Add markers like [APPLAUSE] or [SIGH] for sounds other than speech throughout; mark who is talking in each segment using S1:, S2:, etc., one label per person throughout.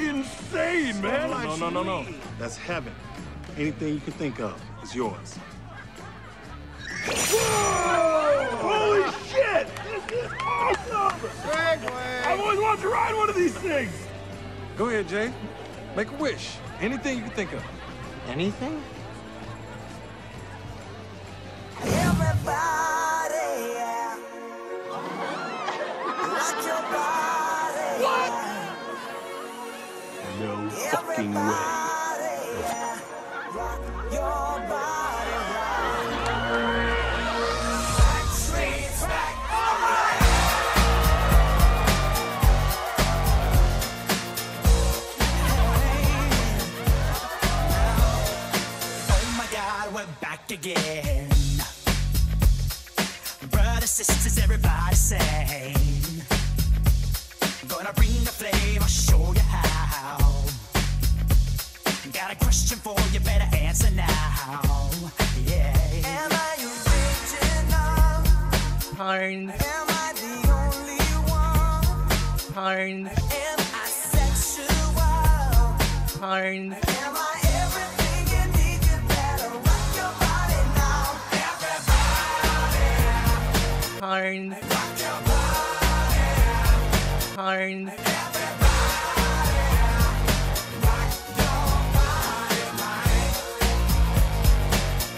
S1: insane, man.
S2: No, no, no, no, no.
S1: That's heaven. Anything you can think of is yours. Holy shit! This is awesome! I've always wanted to ride one of these things.
S2: Go ahead, Jay. Make a wish. Anything you can think of.
S3: Anything?
S1: No fucking way.
S4: Oh my God, we're back again. Brothers, sisters, everybody sing. Gonna bring the flame, I'll show you how. Got a question for you, better answer now. Yeah. Am I original?
S3: Parn.
S4: Am I the only one?
S3: Parn.
S4: Am I sexual?
S3: Parn.
S4: Am I everything you need? You better rock your body now. Everybody,
S3: Parn.
S4: rock your body.
S3: Parn.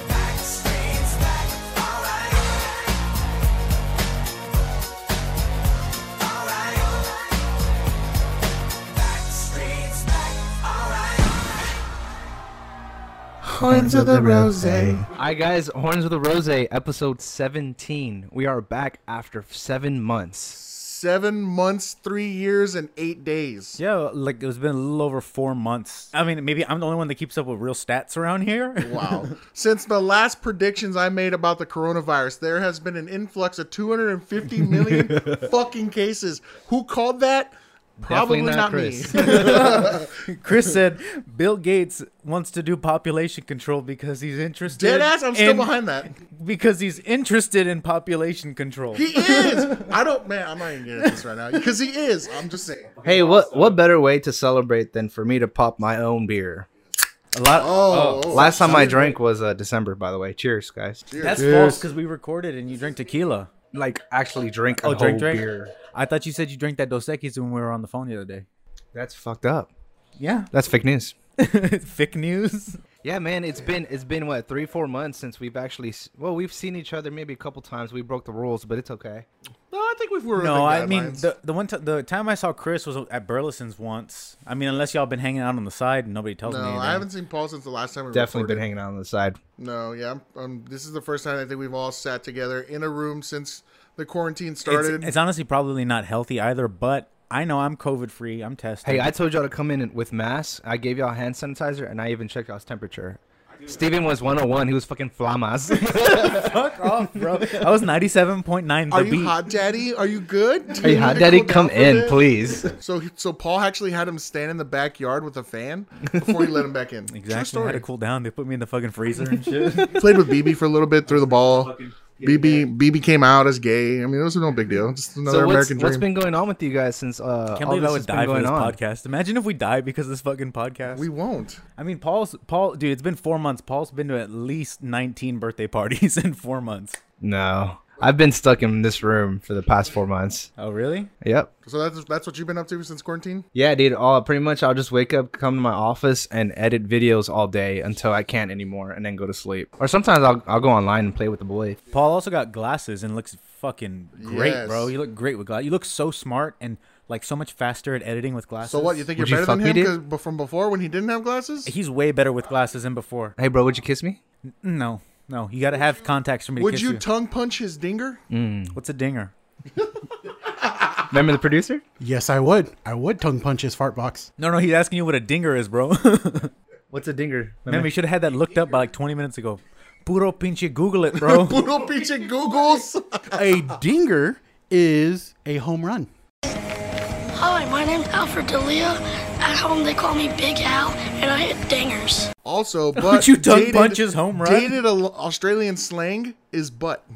S4: Backstreet's back, alright. Alright. Backstreet's back, alright.
S3: Horns of the Rose. Hi, guys. Horns of the Rose, episode 17. We are back after seven months.
S5: Seven months, three years, and eight days.
S6: Yeah, like it's been a little over four months. I mean, maybe I'm the only one that keeps up with real stats around here. [LAUGHS]
S5: Wow. Since the last predictions I made about the coronavirus, there has been an influx of 250 [LAUGHS] million fucking cases. Who called that? Probably
S3: Definitely
S5: not,
S3: not
S5: me.
S6: Chris said Bill Gates wants to do population control because he's
S5: [LAUGHS]
S6: interested.
S5: Dead ass, I'm still
S6: in-
S5: behind that.
S6: Because he's interested in population control.
S5: He is. I don't, man, I'm not even getting into this right now because he is. I'm just saying.
S3: Hey, what what better way to celebrate than for me to pop my own beer? A lot.
S5: Oh, oh,
S3: last time I drank was uh, December, by the way. Cheers, guys.
S6: That's false because we recorded and you drank tequila.
S3: Like actually drink a
S6: Oh,
S3: whole
S6: drink, drink.
S3: beer.
S6: I thought you said you drank that Dos Equis when we were on the phone the other day.
S3: That's fucked up.
S6: Yeah. [LAUGHS]
S3: That's fake news.
S6: Thick news.
S3: Yeah, man, it's been it's been what three four months since we've actually s- well we've seen each other maybe a couple times. We broke the rules, but it's okay.
S5: No, I think we've were
S6: No, I mean the the one t- the time I saw Chris was at Burleson's once. I mean, unless y'all been hanging out on the side and nobody tells
S5: no,
S6: me. Anything.
S5: I haven't seen Paul since the last time we
S3: Definitely
S5: recorded.
S3: been hanging out on the side.
S5: No, yeah. I'm, um, this is the first time I think we've all sat together in a room since the quarantine
S6: It's,
S5: started.
S6: it's honestly probably not healthy either, but I know I'm COVID free. I'm tested.
S3: Hey, I told y'all to come in with masks. I gave y'all hand sanitizer, and I even checked y'all's temperature. Steven was 101. He was fucking flamas.
S6: fuck off, bro. [LAUGHS] I was 97.9 the
S5: Are you
S6: beat.
S5: hot, Daddy? Are you good? Do
S3: hey,
S5: you need
S3: hot
S5: to
S3: daddy,
S5: cool down
S3: come
S5: for
S3: in,
S5: this?
S3: please.
S5: So, he- so Paul actually had him stand in the backyard with a fan before he let him back in. True
S6: Exactly. I
S5: story.
S6: had to cool down. They put me in the fucking freezer and shit.
S5: Played with BB for a little bit, threw the ball. BB BB came out as gay. I mean, it was no big deal. Just another
S3: So what's,
S5: American
S3: what's
S5: dream.
S3: been going on with you guys since uh,
S6: Can't
S3: all
S6: believe
S3: this has
S6: I would die
S3: been
S6: for
S3: going
S6: this
S3: on?
S6: podcast. Imagine if we die because of this fucking podcast.
S5: we won't.
S6: I mean, Paul's Paul, dude. It's been four months. Paul's been to at least 19 birthday [LAUGHS] parties in four months.
S3: No, I've been stuck in this room for the past four months.
S6: Oh, really?
S3: Yep.
S5: So that's that's what you've been up to since quarantine.
S3: Yeah, dude. All pretty much, I'll just wake up, come to my office, and edit videos all day until I can't anymore, and then go to sleep. Or sometimes I'll I'll go online and play with the boy.
S6: Paul also got glasses and looks fucking great,
S5: Yes.
S6: bro. You look great with glasses. You look so smart and like so much faster at editing with glasses.
S5: So what? You think
S3: Would
S5: you're
S3: you
S5: better than him
S3: fuck me,
S5: 'cause- but from before when he didn't have glasses?
S6: He's way better with glasses than before.
S3: Hey, bro, would you kiss me?
S6: No, no. You got to have contacts for me to
S5: Would
S6: kiss
S5: you
S6: you.
S5: tongue punch his dinger?
S6: What's a dinger?
S3: Remember the producer?
S7: Yes, I would. I would tongue punch his fart box.
S6: No, no. He's asking you what a dinger is, bro. [LAUGHS] Man,
S3: What's a dinger?
S6: we should have had that looked up by like 20 minutes ago. Puro pinche Google
S5: [LAUGHS]
S6: it, bro. [LAUGHS]
S5: Little peach and Googles.
S7: A dinger is a home run.
S8: Hi, my name's Alfred D'Elia. At home, they call me Big Al, and I hit dingers.
S5: Also, but
S6: you tongue punch his home run?
S5: Dated a, Australian slang is butt.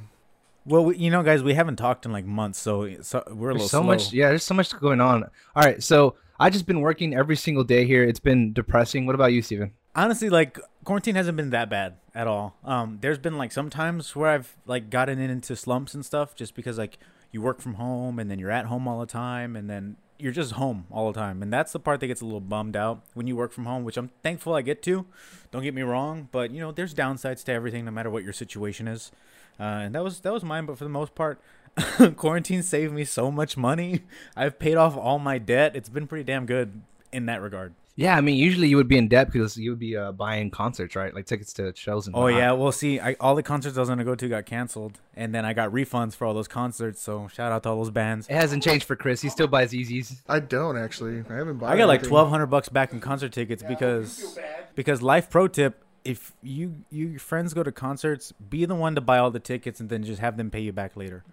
S6: well, we, you know, guys, we haven't talked in like months, so, so we're a little
S3: There's so
S6: slow.
S3: much. Yeah, there's so much going on. All right, so I just been working every single day here. It's been depressing. What about you, Steven?
S6: honestly like quarantine hasn't been that bad at all um there's been like some times where i've like gotten in into slumps and stuff just because like you work from home and then you're at home all the time and then you're just home all the time and that's the part that gets a little bummed out when you work from home which i'm thankful i get to don't get me wrong but you know there's downsides to everything no matter what your situation is uh, and that was that was mine but for the most part [LAUGHS] quarantine saved me so much money [LAUGHS] i've paid off all my debt it's been pretty damn good in that regard
S3: Yeah, I mean, usually you would be in debt because you would be uh, buying concerts, right? Like tickets to shows and
S6: Oh
S3: whatnot.
S6: yeah, well see, I, all the concerts I was gonna go to got canceled, and then I got refunds for all those concerts. So shout out to all those bands.
S3: It hasn't changed for Chris. He still buys Yeezys.
S5: I don't actually. I haven't bought.
S6: I got like
S5: anything.
S6: twelve hundred bucks back in concert tickets because because life pro tip: if you you your friends go to concerts, be the one to buy all the tickets and then just have them pay you
S3: [LAUGHS]
S6: back later.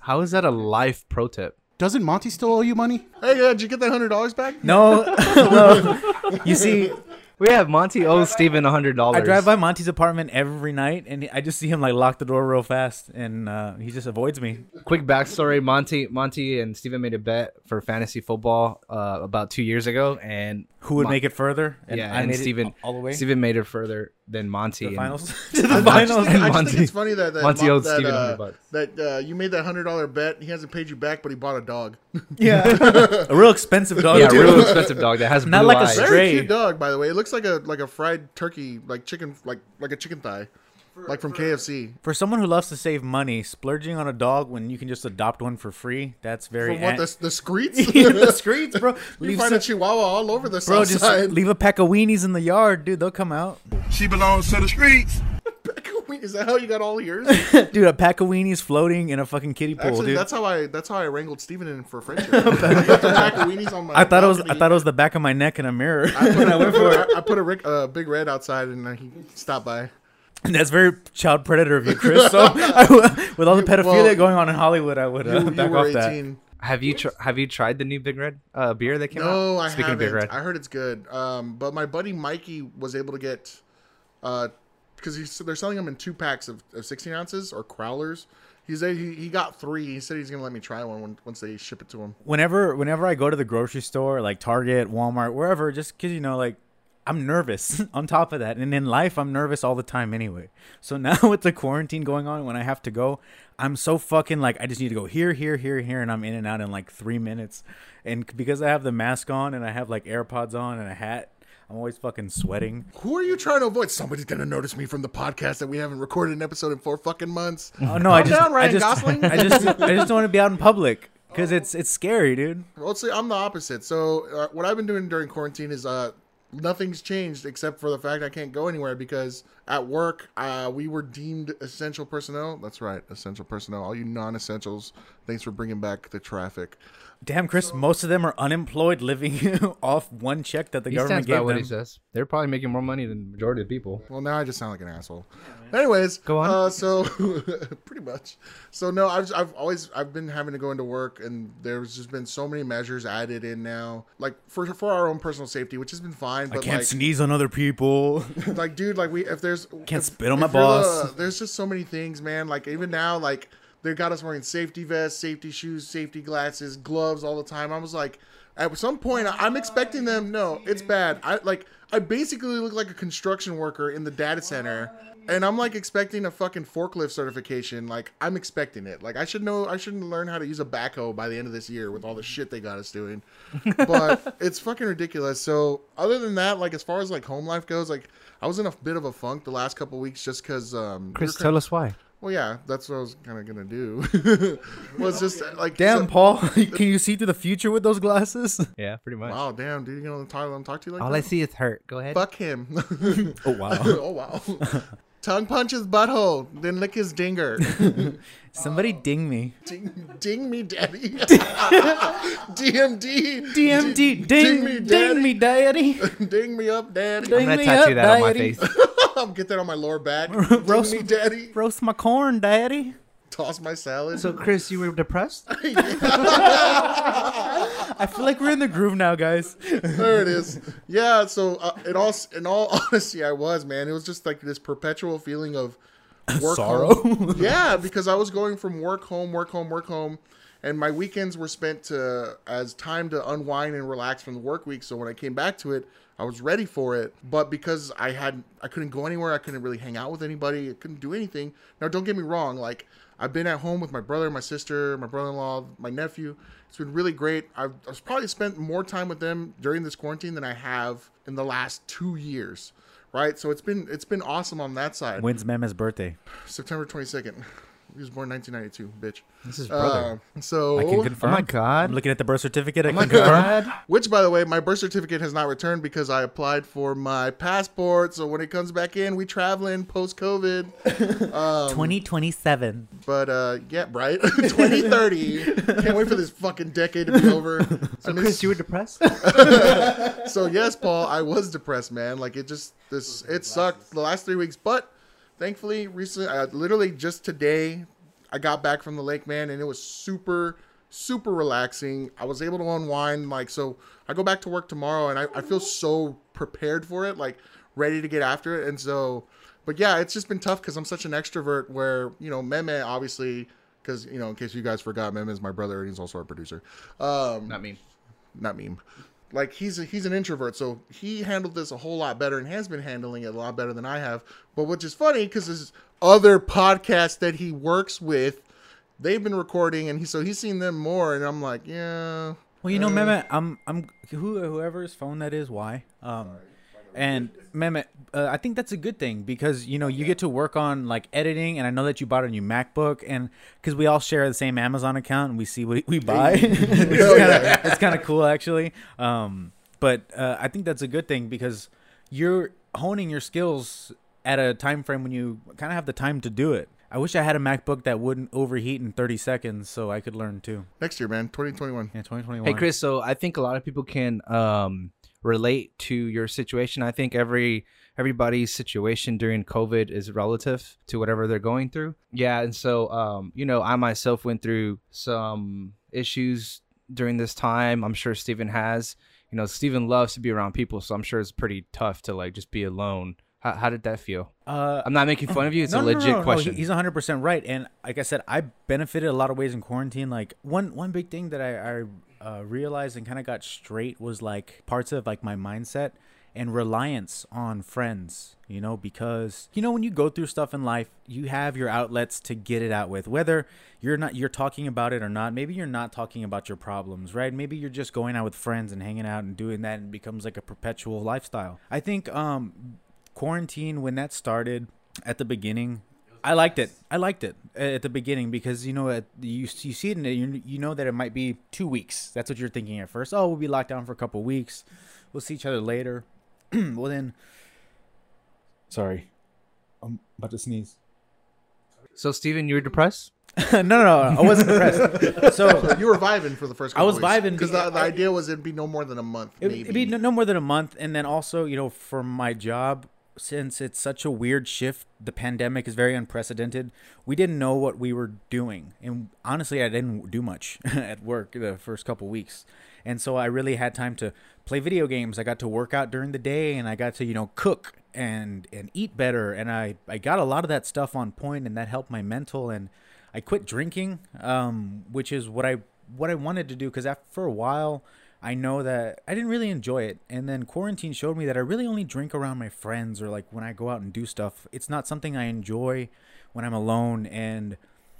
S3: How is that a life pro tip?
S7: Doesn't Monty still owe you money?
S5: Hey, yeah, did you get that hundred dollars
S6: [LAUGHS]
S5: back?
S6: No, no.
S3: [LAUGHS]
S6: you see,
S3: We have Monty owes Steven hundred dollars.
S6: I drive by Monty's apartment every night, and I just see him like lock the door real fast, and uh, he just avoids me.
S3: Quick backstory: Monty, Monty, and Steven made a bet for fantasy football uh, about two years ago, and
S6: Who would
S3: Mon-
S6: make it further?
S3: yeah, and Steven,
S6: all the way to
S3: Steven made it further than Monty.
S6: the
S3: and-
S6: finals. [LAUGHS]
S3: [LAUGHS]
S6: to the
S5: I just,
S6: finals.
S5: think, I just
S3: Monty-
S5: think it's funny that that,
S3: Monty
S5: Mo-
S3: owed
S5: that,
S3: Steven
S5: uh,
S3: 100 bucks.
S5: that uh, you made that hundred dollar bet. He hasn't paid you back, but he bought a dog. [LAUGHS]
S3: [LAUGHS]
S6: Yeah, a real expensive dog.
S3: yeah,
S6: too. [LAUGHS]
S3: real expensive dog that has
S6: Not
S3: blue
S6: like a
S3: eyes.
S6: stray-
S5: Very
S6: Oh, Great.
S5: cute dog, by the way. It looks like a like a fried turkey, like chicken, like like a chicken thigh, like from KFC.
S6: For someone who loves to save money, splurging on a dog when you can just adopt one for free—that's very.
S5: From what
S6: an-
S5: the the streets?
S6: In [LAUGHS] the streets, bro.
S5: [LAUGHS] You
S6: Leave
S5: find
S6: some-
S5: a chihuahua all over the
S6: bro,
S5: south
S6: just
S5: side.
S6: leave a pack of weenies in the yard, dude. They'll come out,
S1: She belongs to the streets.
S5: Wait, [LAUGHS] Is that how you got all yours?
S6: dude. A pack of weenies floating in a fucking kiddie pool,
S5: Actually,
S6: dude.
S5: that's how I that's how I wrangled Steven in for
S6: [LAUGHS]
S5: friendship. I, left a pack of weenies on my
S6: I thought it was. I
S5: balcony.
S6: thought it was the back of my neck in a mirror.
S5: I went for it. I put a Rick, uh, big red outside, and uh, he stopped by.
S6: and [LAUGHS] that's very child predator of
S5: [LAUGHS]
S6: you, Chris. So, I w with all the pedophilia
S5: well,
S6: going on in Hollywood, I would uh,
S5: You, you
S6: [LAUGHS] back
S5: were
S6: off that.
S5: eighteen.
S3: Have you tr- have you tried the new Big Red uh, beer that came out?
S5: No, I
S3: Speaking
S5: haven't.
S3: of Big Red,
S5: I heard it's good. Um, but my buddy Mikey was able to get, uh, because he's they're selling them in two packs of, of sixteen ounces or crowlers. He's a, he, he got three. He said he's gonna let me try one when, once they ship it to him.
S6: whenever whenever I go to the grocery store, like Target, Walmart, wherever, just because you know, like I'm nervous. [LAUGHS] on top of that, and in life, I'm nervous all the time anyway. So [LAUGHS] now with the quarantine going on, when I have to go, I'm so fucking like I just need to go here, here, here, here, and I'm in and out in like three minutes. And c- because I have the mask on and I have like AirPods on and a hat, I'm always fucking sweating.
S5: Who are you trying to avoid? Somebody's gonna notice me from the podcast that we haven't recorded an episode in four fucking months.
S6: Oh no, I
S5: Calm
S6: just,
S5: down, Ryan
S6: I just,
S5: Gosling.
S6: [LAUGHS] I just, I just don't want to be out in public because it's it's scary, dude.
S5: Well, see, I'm the opposite. So uh, what I've been doing during quarantine is uh, nothing's changed except for the fact I can't go anywhere because at work uh, we were deemed essential personnel. That's right, essential personnel. All you non-essentials, thanks for bringing back the traffic.
S6: Damn, Chris, most of them are unemployed, living [LAUGHS] off one check that the
S3: he
S6: government
S3: stands
S6: gave
S3: by what
S6: them.
S3: he says. They're probably making more money than the majority of people.
S5: Well, now I just sound like an asshole. Anyways,
S3: Go on.
S5: Uh, so [LAUGHS] pretty much. So no, I've I've always I've been having to go into work, and there's just been so many measures added in now, like for for our own personal safety, which has been fine. But
S6: I can't
S5: like,
S6: sneeze on other people.
S5: [LAUGHS] like dude like we if there's can't
S6: spit on my boss. [LAUGHS]
S5: there's just so many things man like even now like they got us wearing safety vests safety shoes safety glasses gloves all the time i was like at some point I- i'm expecting them no it's bad i like i basically look like a construction worker in the data center and i'm like expecting a fucking forklift certification like i'm expecting it like i should know i shouldn't learn how to use a backhoe by the end of this year with all the shit they got us doing but it's fucking ridiculous. So other than that, like as far as like home life goes, like I was in a bit of a funk the last couple weeks just because. Um,
S3: Chris,
S5: we were
S3: tell us why.
S5: kin- well, yeah, that's what I was kind of gonna do. [LAUGHS] was just uh, like
S6: Damn,
S5: so-
S6: Paul, [LAUGHS] can you see through the future with those glasses?
S3: Yeah, pretty much.
S5: Wow, damn, dude, you gonna talk, let him talk to you like
S3: [LAUGHS] All
S5: that?
S3: I see is hurt. Go ahead.
S5: Fuck him. [LAUGHS]
S6: Oh wow!
S5: oh wow. Tongue punch his butthole, then lick his dinger.
S6: Somebody ding me.
S5: Ding, ding me, daddy. DMD.
S6: DMD, ding,
S5: me,
S6: ding, me, daddy.
S5: Ding me up, daddy.
S3: I'm gonna
S6: me
S3: tattoo
S6: up,
S3: that on my
S6: daddy.
S3: face. [LAUGHS]
S5: Get that on my lower back.
S6: Roast-
S5: Ding me, daddy.
S6: Roast my corn, daddy.
S5: Toss my salad.
S3: So, Chris, you were depressed.
S6: I feel like we're in the groove now, guys.
S5: [LAUGHS] there it is. Yeah. So uh, in all in all [LAUGHS] honesty, I was man. It was just like this perpetual feeling of work
S6: Sorrow?
S5: Home. Yeah, because I was going from work home, work home, work home, and my weekends were spent to as time to unwind and relax from the work week. So when I came back to it, I was ready for it, but because I had I couldn't go anywhere, I couldn't really hang out with anybody, I couldn't do anything. Now don't get me wrong, like I've been at home with my brother, my sister, my brother-in-law, my nephew. It's been really great. I've, I've probably spent more time with them during this quarantine than I have in the last 2 years, right? So it's been it's been awesome on that side.
S6: When's Mama's birthday?
S5: September 22nd. He was born 1992, bitch. This
S3: is brother.
S5: so
S6: I can confirm.
S3: God.
S6: I'm looking at the birth certificate. I
S3: my
S6: can confirm.
S3: God.
S5: Which, by the way, my birth certificate has not returned because I applied for my passport. So when it comes back in, we traveling post COVID.
S6: 2027.
S5: But uh, yeah, right, [LAUGHS] 2030. Can't wait for this fucking decade to be over. I miss-
S7: Chris, you were depressed.
S5: so yes, Paul, I was depressed, man. Like it just this it sucked the last three weeks, but thankfully recently, uh, literally just today, I got back from the lake, man, and it was super super relaxing. I was able to unwind, like so. I go back to work tomorrow, and I, I feel so prepared for it, like ready to get after it, and so. But yeah, it's just been tough because I'm such an extrovert. Where you know, Meme obviously, because you know, in case you guys forgot, Meme is my brother and he's also our producer. Um,
S3: Not me.
S5: not meme. Like he's a, he's an introvert, so he handled this a whole lot better and has been handling it a lot better than I have. But which is funny because his other podcast that he works with, they've been recording, and he so he's seen them more, and I'm like, yeah,
S6: Well, you know, Mehmet, I'm, I'm, who, whoever's phone that is, why? Um, and Mehmet, uh, I think that's a good thing because you know you get to work on like editing, and I know that you bought a new MacBook, and because we all share the same Amazon account, and we see what we buy. [LAUGHS]
S3: [LAUGHS]
S6: Which is
S3: Oh,
S6: kinda- It's kind of cool, actually. Um, but uh, I think that's a good thing because you're honing your skills at a time frame when you kind of have the time to do it. I wish I had a MacBook that wouldn't overheat in 30 seconds, so I could learn too.
S5: next year, man, 2021.
S6: Yeah, 2021.
S3: Hey, Chris. So I think a lot of people can um, relate to your situation. I think every everybody's situation during COVID is relative to whatever they're going through. Yeah, and so um, you know, I myself went through some issues during this time. I'm sure Steven has. You know, Steven loves to be around people, so I'm sure it's pretty tough to like just be alone. How, how did that feel?
S6: Uh,
S3: I'm not making fun of you. It's a legit question.
S6: he- he's 100 percent right, and like I said, I benefited a lot of ways in quarantine. Like one one big thing that I, I uh, realized and kind of got straight was like parts of like my mindset and reliance on friends. You know, because you know when you go through stuff in life, you have your outlets to get it out with. Whether you're not you're talking about it or not, maybe you're not talking about your problems, right? Maybe you're just going out with friends and hanging out and doing that, and it becomes like a perpetual lifestyle. I think um, quarantine when that started at the beginning i liked it i liked it uh, at the beginning because you know at, you, you see it and you, you know that it might be two weeks that's what you're thinking at first oh we'll be locked down for a couple weeks we'll see each other later [CLEARS THROAT] well then sorry i'm about to sneeze
S3: so, Steven, you were depressed.
S6: [LAUGHS] no no no i wasn't depressed so
S5: You were vibing for the first. Couple
S6: was vibing
S5: because the,
S6: because
S5: the
S6: I-
S5: idea was it'd be no more than a month,
S6: It,
S5: maybe.
S6: it'd be no, no more than a month, and then also, you know, for my job, since it's such a weird shift, the pandemic is very unprecedented. We didn't know what we were doing, and honestly, I didn't do much [LAUGHS] at work the first couple weeks, and so I really had time to play video games. I got to work out during the day, and I got to you know cook and and eat better, and I I got a lot of that stuff on point, and that helped my mental and. I quit drinking, um, which is what I what I wanted to do because for a while I know that I didn't really enjoy it, and then quarantine showed me that I really only drink around my friends or like when I go out and do stuff. It's not something I enjoy when I'm alone, and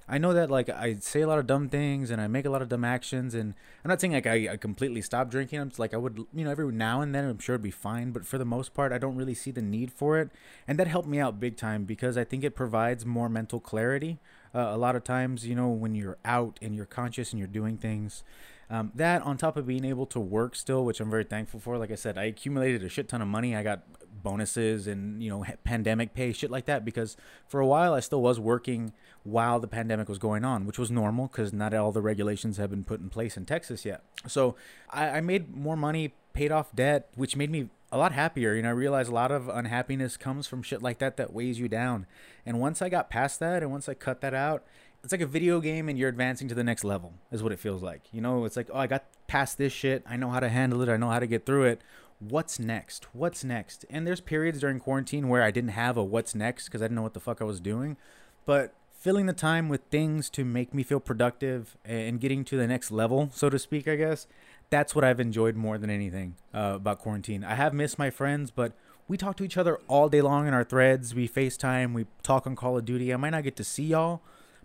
S6: I know that like I say a lot of dumb things and I make a lot of dumb actions, and I'm not saying like I, I completely stop drinking. I'm just like I would, you know, every now and then I'm sure it'd be fine, but for the most part, I don't really see the need for it, and that helped me out big time because I think it provides more mental clarity. Uh, a lot of times, you know, when you're out and you're conscious and you're doing things, um, that on top of being able to work still, which I'm very thankful for. Like I said, I accumulated a shit ton of money. I got bonuses and you know ha- pandemic pay, shit like that. Because for a while, I still was working while the pandemic was going on, which was normal because not all the regulations have been put in place in Texas yet. So I, I made more money, paid off debt, which made me a lot happier. You know, I realized a lot of unhappiness comes from shit like that that weighs you down. And once I got past that, and once I cut that out, it's like a video game and you're advancing to the next level is what it feels like you know it's like oh i got past this shit i know how to handle it i know how to get through it what's next what's next and there's periods during quarantine where i didn't have a what's next because i didn't know what the fuck i was doing but filling the time with things to make me feel productive and getting to the next level, so to speak, I guess. That's what I've enjoyed more than anything uh, about quarantine. I have missed my friends, but we talk to each other all day long in our threads. We FaceTime, we talk on Call of Duty. I might not get to see y'all,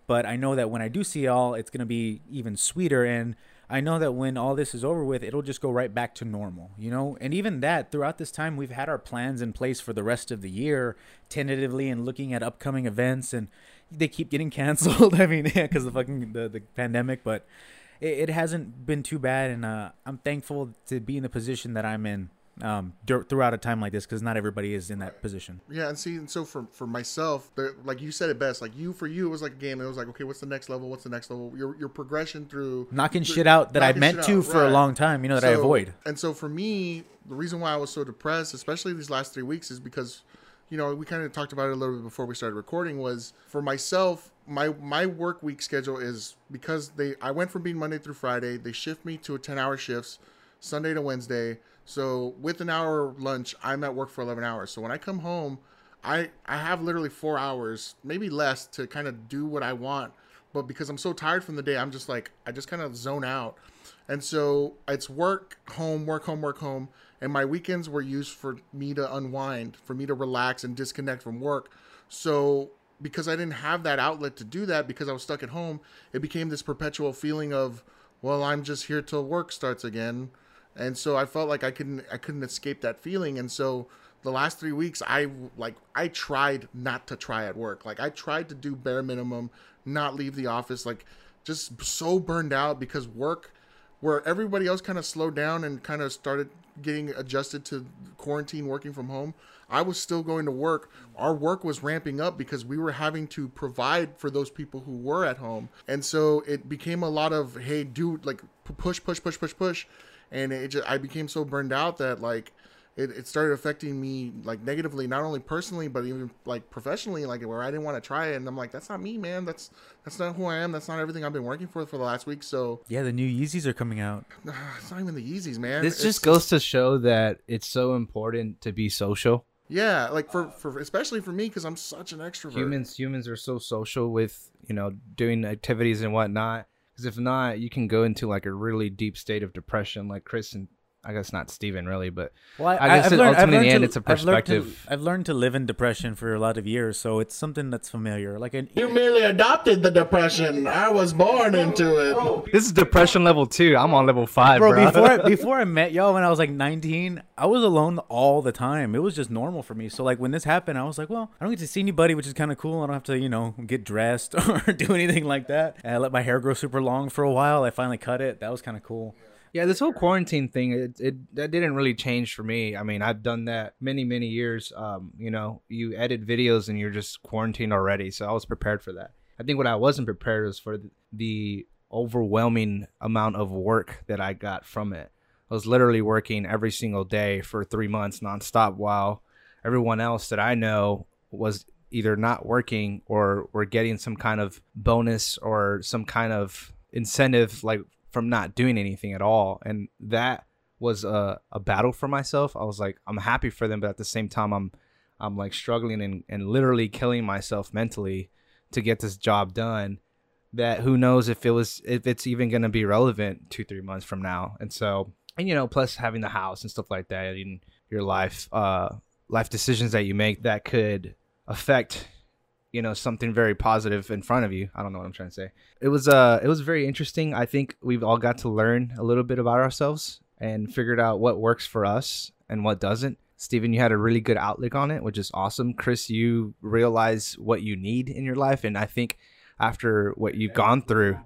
S6: but I know that when I do see y'all, it's going to be even sweeter. And I know that when all this is over with, it'll just go right back to normal, you know? And even that, throughout this time, we've had our plans in place for the rest of the year, tentatively and looking at upcoming events, and they keep getting [LAUGHS] canceled. I mean, yeah, because the fucking the, the pandemic, but it, it hasn't been too bad. And uh, I'm thankful to be in the position that I'm in um, dur- throughout a time like this because not everybody is in that position.
S5: Yeah, and see, and so for for myself, the, like you said it best. Like you, for you, it was like a game. It was like, okay, what's the next level? What's the next level? Your your progression through
S6: Knocking
S5: through-
S6: shit out that I
S5: knocking
S6: meant
S5: shit
S6: to
S5: out,
S6: for a
S5: right.
S6: long time, you know, that I
S5: So-
S6: avoid.
S5: And so for me, the reason why I was so depressed, especially these last three weeks, is because, you know, we kind of talked about it a little bit before we started recording. Was for myself, my my work week schedule is because they I went from being Monday through Friday, they shift me to a ten hour shifts, Sunday to Wednesday. So with an hour lunch, I'm at work for eleven hours. So when I come home, I I have literally four hours, maybe less, to kind of do what I want. But because I'm so tired from the day, I'm just like I just kind of zone out. And so it's work, home, work, home, work, home. And my weekends were used for me to unwind, for me to relax and disconnect from work. So because I didn't have that outlet to do that because I was stuck at home, it became this perpetual feeling of, well, I'm just here till work starts again. And so I felt like I couldn't I couldn't escape that feeling. And so the last three weeks I like I tried not to try at work. Like I tried to do bare minimum, not leave the office, like just so burned out because work where everybody else kind of slowed down and kind of started getting adjusted to quarantine working from home i was still going to work our work was ramping up because we were having to provide for those people who were at home and so it became a lot of hey dude like p- push push push push push and it just i became so burned out that like it, it started affecting me like negatively not only personally but even like professionally like where i didn't want to try it and i'm like that's not me man that's that's not who i am that's not everything i've been working for for the last week so
S6: Yeah, the new Yeezys are coming out.
S5: it's not even the Yeezys, man.
S3: This
S5: It's-
S3: just goes to show that it's so important to be social.
S5: yeah, like for, for especially for me because I'm such an extrovert.
S3: humans humans are so social with you know doing activities and whatnot because if not you can go into like a really deep state of depression like chris and i guess not steven really but
S6: Well, I,
S3: I guess
S6: I've
S3: it-
S6: learned, I've
S3: ultimately in the
S6: learned
S3: end,
S6: to-
S3: it's a
S6: I've learned to-
S3: perspective.
S6: I've learned, to, live in depression for a lot of years, so it's something that's familiar. Like, an,
S5: You merely adopted the depression. I was born into it.
S3: this is depression level two i'm on level five bro,
S6: bro, before I, before I met y'all when I was like 19, I was alone all the time. It was just normal for me. So like when this happened, I was like, well, I don't get to see anybody, which is kind of cool. I don't have to, you know, get dressed [LAUGHS] or do anything like that. And I let my hair grow super long for a while. I finally cut it. That was kind of cool.
S3: yeah this whole quarantine thing it, it that didn't really change for me i mean i've done that many many years um you know you edit videos and you're just quarantined already so i was prepared for that i think what i wasn't prepared was for th- the overwhelming amount of work that i got from it I was literally working every single day for three months nonstop while everyone else that I know was either not working or were getting some kind of bonus or some kind of incentive like from not doing anything at all. And that was a, a battle for myself. I was like, I'm happy for them, but at the same time I'm I'm like struggling and, and literally killing myself mentally to get this job done that who knows if it was if it's even going to be relevant two three months from now and so and you know plus having the house and stuff like that and your life uh life decisions that you make that could affect you know something very positive in front of you i don't know what i'm trying to say it was uh it was very interesting i think we've all got to learn a little bit about ourselves and figured out what works for us and what doesn't Steven, you had a really good outlook on it, which is awesome. Chris, you realize what you need in your life. And I think after what you've gone through,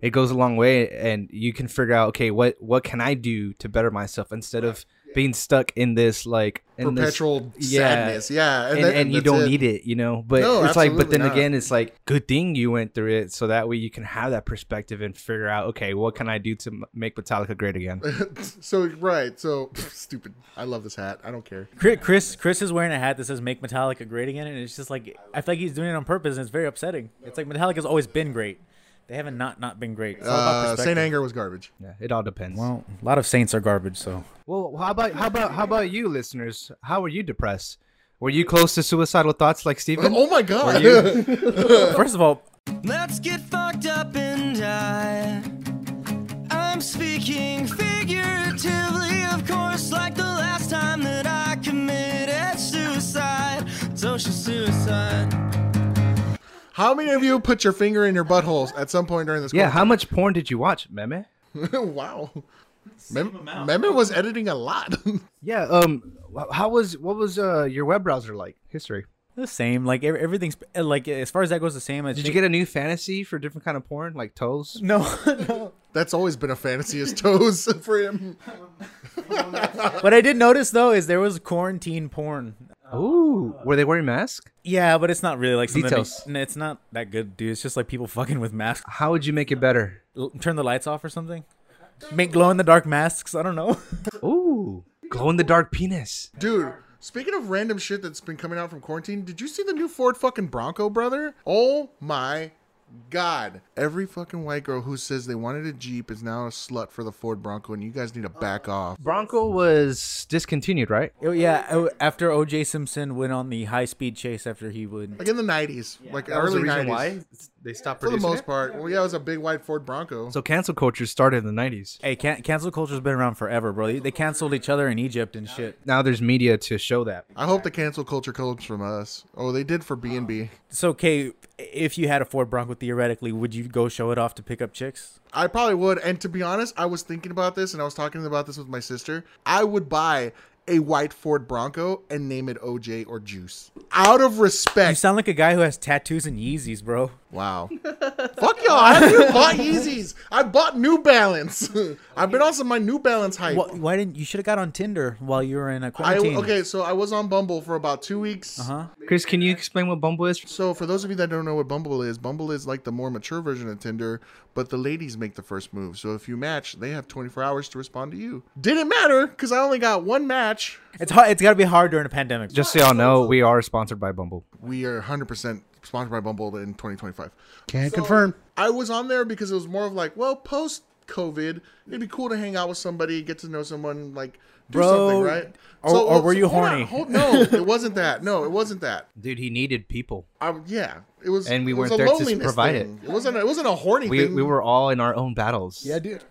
S3: it goes a long way and you can figure out, okay, what, what can I do to better myself instead of being stuck in this like in this-
S5: Perpetual
S3: Yeah.
S5: sadness. Yeah,
S3: and,
S5: that-
S3: and you
S5: that's
S3: don't need it, you know. But
S5: No,
S3: it's like, but
S5: absolutely
S3: then
S5: not.
S3: again, it's like good thing you went through it, so that way you can have that perspective and figure out, okay, what can I do to m- make Metallica great [LAUGHS] again?
S5: So right. So [LAUGHS] stupid. I love this hat. I don't care.
S6: Chri- Chris Chris is wearing a hat that says "Make Metallica Great Again," and it's just like I feel like he's doing it on purpose, and it's very upsetting. It's like Metallica's always been great; they haven't not not been great. It's all about
S5: Uh,
S6: perspective.
S5: Saint Anger was garbage.
S3: yeah, it all depends. Well,
S6: Well, a lot of saints are garbage, so
S3: how about how about how about you, listeners? How were you Oh, depressed? Were you close to suicidal thoughts like Steven?
S5: Oh my god.
S6: First of all,
S9: Let's get fucked up and die. I'm speaking figuratively, of course, like the last time that I committed suicide, social suicide.
S5: [LAUGHS] How many of you put your finger in your buttholes at some point during this?
S3: Yeah, how much porn did you watch, Meme?
S5: quarantine? [LAUGHS] wow. Mem- Memon was editing a lot. [LAUGHS]
S3: Yeah, um wh- how was what was uh your web browser like? History.
S6: The same, like ev- everything's uh, like as far as that goes, the same.
S3: Did you get a new fantasy for different kind of porn like toes?
S6: [LAUGHS] no?
S5: That's always been a fantasy as toes [LAUGHS] for him.
S6: what I did notice though is there was quarantine porn.
S3: Ooh, were they wearing masks?
S6: Yeah, but it's not really like something. that
S3: Details.
S6: makes- no, it's not that good, dude. It's just like people [LAUGHS] fucking with masks.
S3: How would you make it better?
S6: L- turn the lights off or something. Make glow in the dark masks. I don't know. [LAUGHS]
S3: Ooh, glow in the dark penis.
S5: Dude, speaking of random shit that's been coming out from quarantine, did you see the new Ford fucking Bronco, brother? Oh my god. Every fucking white girl who says they wanted a Jeep is now a slut for the Ford Bronco, and you guys need to back off.
S3: Bronco was discontinued, right?
S6: Oh, yeah, oh, after O.J. Simpson went on the high speed chase after he would.
S5: Like in the 90s, like
S3: That was
S5: early
S3: the reason
S5: 90s.
S3: why they stopped
S5: For the
S3: producing
S5: most
S3: it?
S5: part. Well, yeah, it was a big white Ford Bronco.
S3: So cancel culture started in the 90s.
S6: Hey, can- cancel culture's been around forever, bro. They, they canceled each other in Egypt and shit.
S3: Now there's media to show that.
S5: I hope the cancel culture comes from us. Oh, they did for B&B.
S6: So, Kay, if you had a Ford Bronco theoretically, would you go show it off to pick up chicks?
S5: I probably would. And to be honest, I was thinking about this and I was talking about this with my sister. I would buy a white Ford Bronco and name it OJ or Juice. Out of
S6: You
S5: respect.
S6: sound like a guy who has tattoos and Yeezys, bro.
S5: wow. Fuck y'all. I haven't even bought Yeezys. I bought New Balance. [LAUGHS] I've been on some of my New Balance hype.
S6: Why, why didn't you should have got on Tinder while you were in a
S5: I,
S6: quarantine?
S5: okay, so I was on Bumble for about two weeks. Uh-huh.
S3: Chris, can you explain what Bumble is?
S5: So, for those of you that don't know what Bumble is, Bumble is like the more mature version of Tinder, but the ladies make the first move. So, if you match, they have 24 hours to respond to you. Didn't matter because I only got one match.
S6: It's hard. It's got to be hard during a pandemic.
S3: Just so y'all know, we are sponsored by Bumble.
S5: We are 100% sponsored by Bumble in 2025.
S7: Can't confirm.
S5: I was on there because it was more of like, well, post COVID, it'd be cool to hang out with somebody, get to know someone, like do
S6: Bro,
S5: something, right?
S6: or- or were you
S5: hold on,
S6: horny?
S5: hold- no, it wasn't that. No, it wasn't that.
S3: Dude, he needed people.
S5: I, yeah, it was.
S3: And we
S5: it was
S3: weren't
S5: a
S3: there to
S5: loneliness
S3: provide it.
S5: thing. It wasn't. It wasn't a horny
S3: We,
S5: thing.
S3: we were all in our own battles. Yeah,
S6: dude.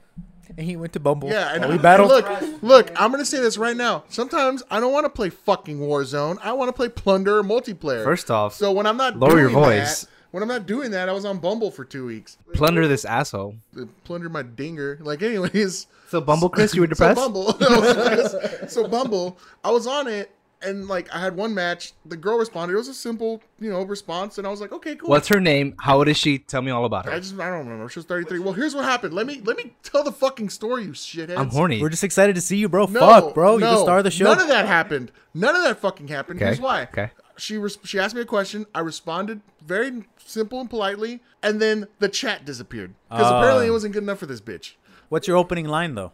S6: And he went to Bumble.
S5: Yeah, and
S6: Oh, we battled.
S5: Look, look, I'm gonna say this right now. Sometimes I don't want to play fucking Warzone. I want to play Plunder or multiplayer.
S3: First off,
S5: so when I'm not
S3: lower your
S5: doing
S3: voice.
S5: that- when I'm not doing that, I was on Bumble for two weeks.
S3: Plunder this asshole.
S5: Plunder my dinger. Like, anyways.
S3: So Bumble, Chris, you were depressed?
S5: [LAUGHS] So Bumble. so Bumble. I was on it. And like I had one match, the girl responded. It was a simple, you know, response, and I was like, okay, cool.
S3: What's her name? How old is she? Tell me all about
S5: I
S3: her.
S5: just I don't remember. She was thirty three. Well, here's what happened. Let me let me tell the fucking story, you shitheads.
S3: I'm horny.
S6: We're just excited to see you, bro.
S5: No,
S6: Fuck, bro.
S5: no,
S6: You're the star of the show.
S5: None of that happened. None of that fucking happened.
S3: Okay,
S5: Here's why.
S3: okay.
S5: She res- she asked me a question. I responded very simple and politely, and then the chat disappeared because
S3: Ah.
S5: apparently it wasn't good enough for this bitch.
S6: What's your opening line though?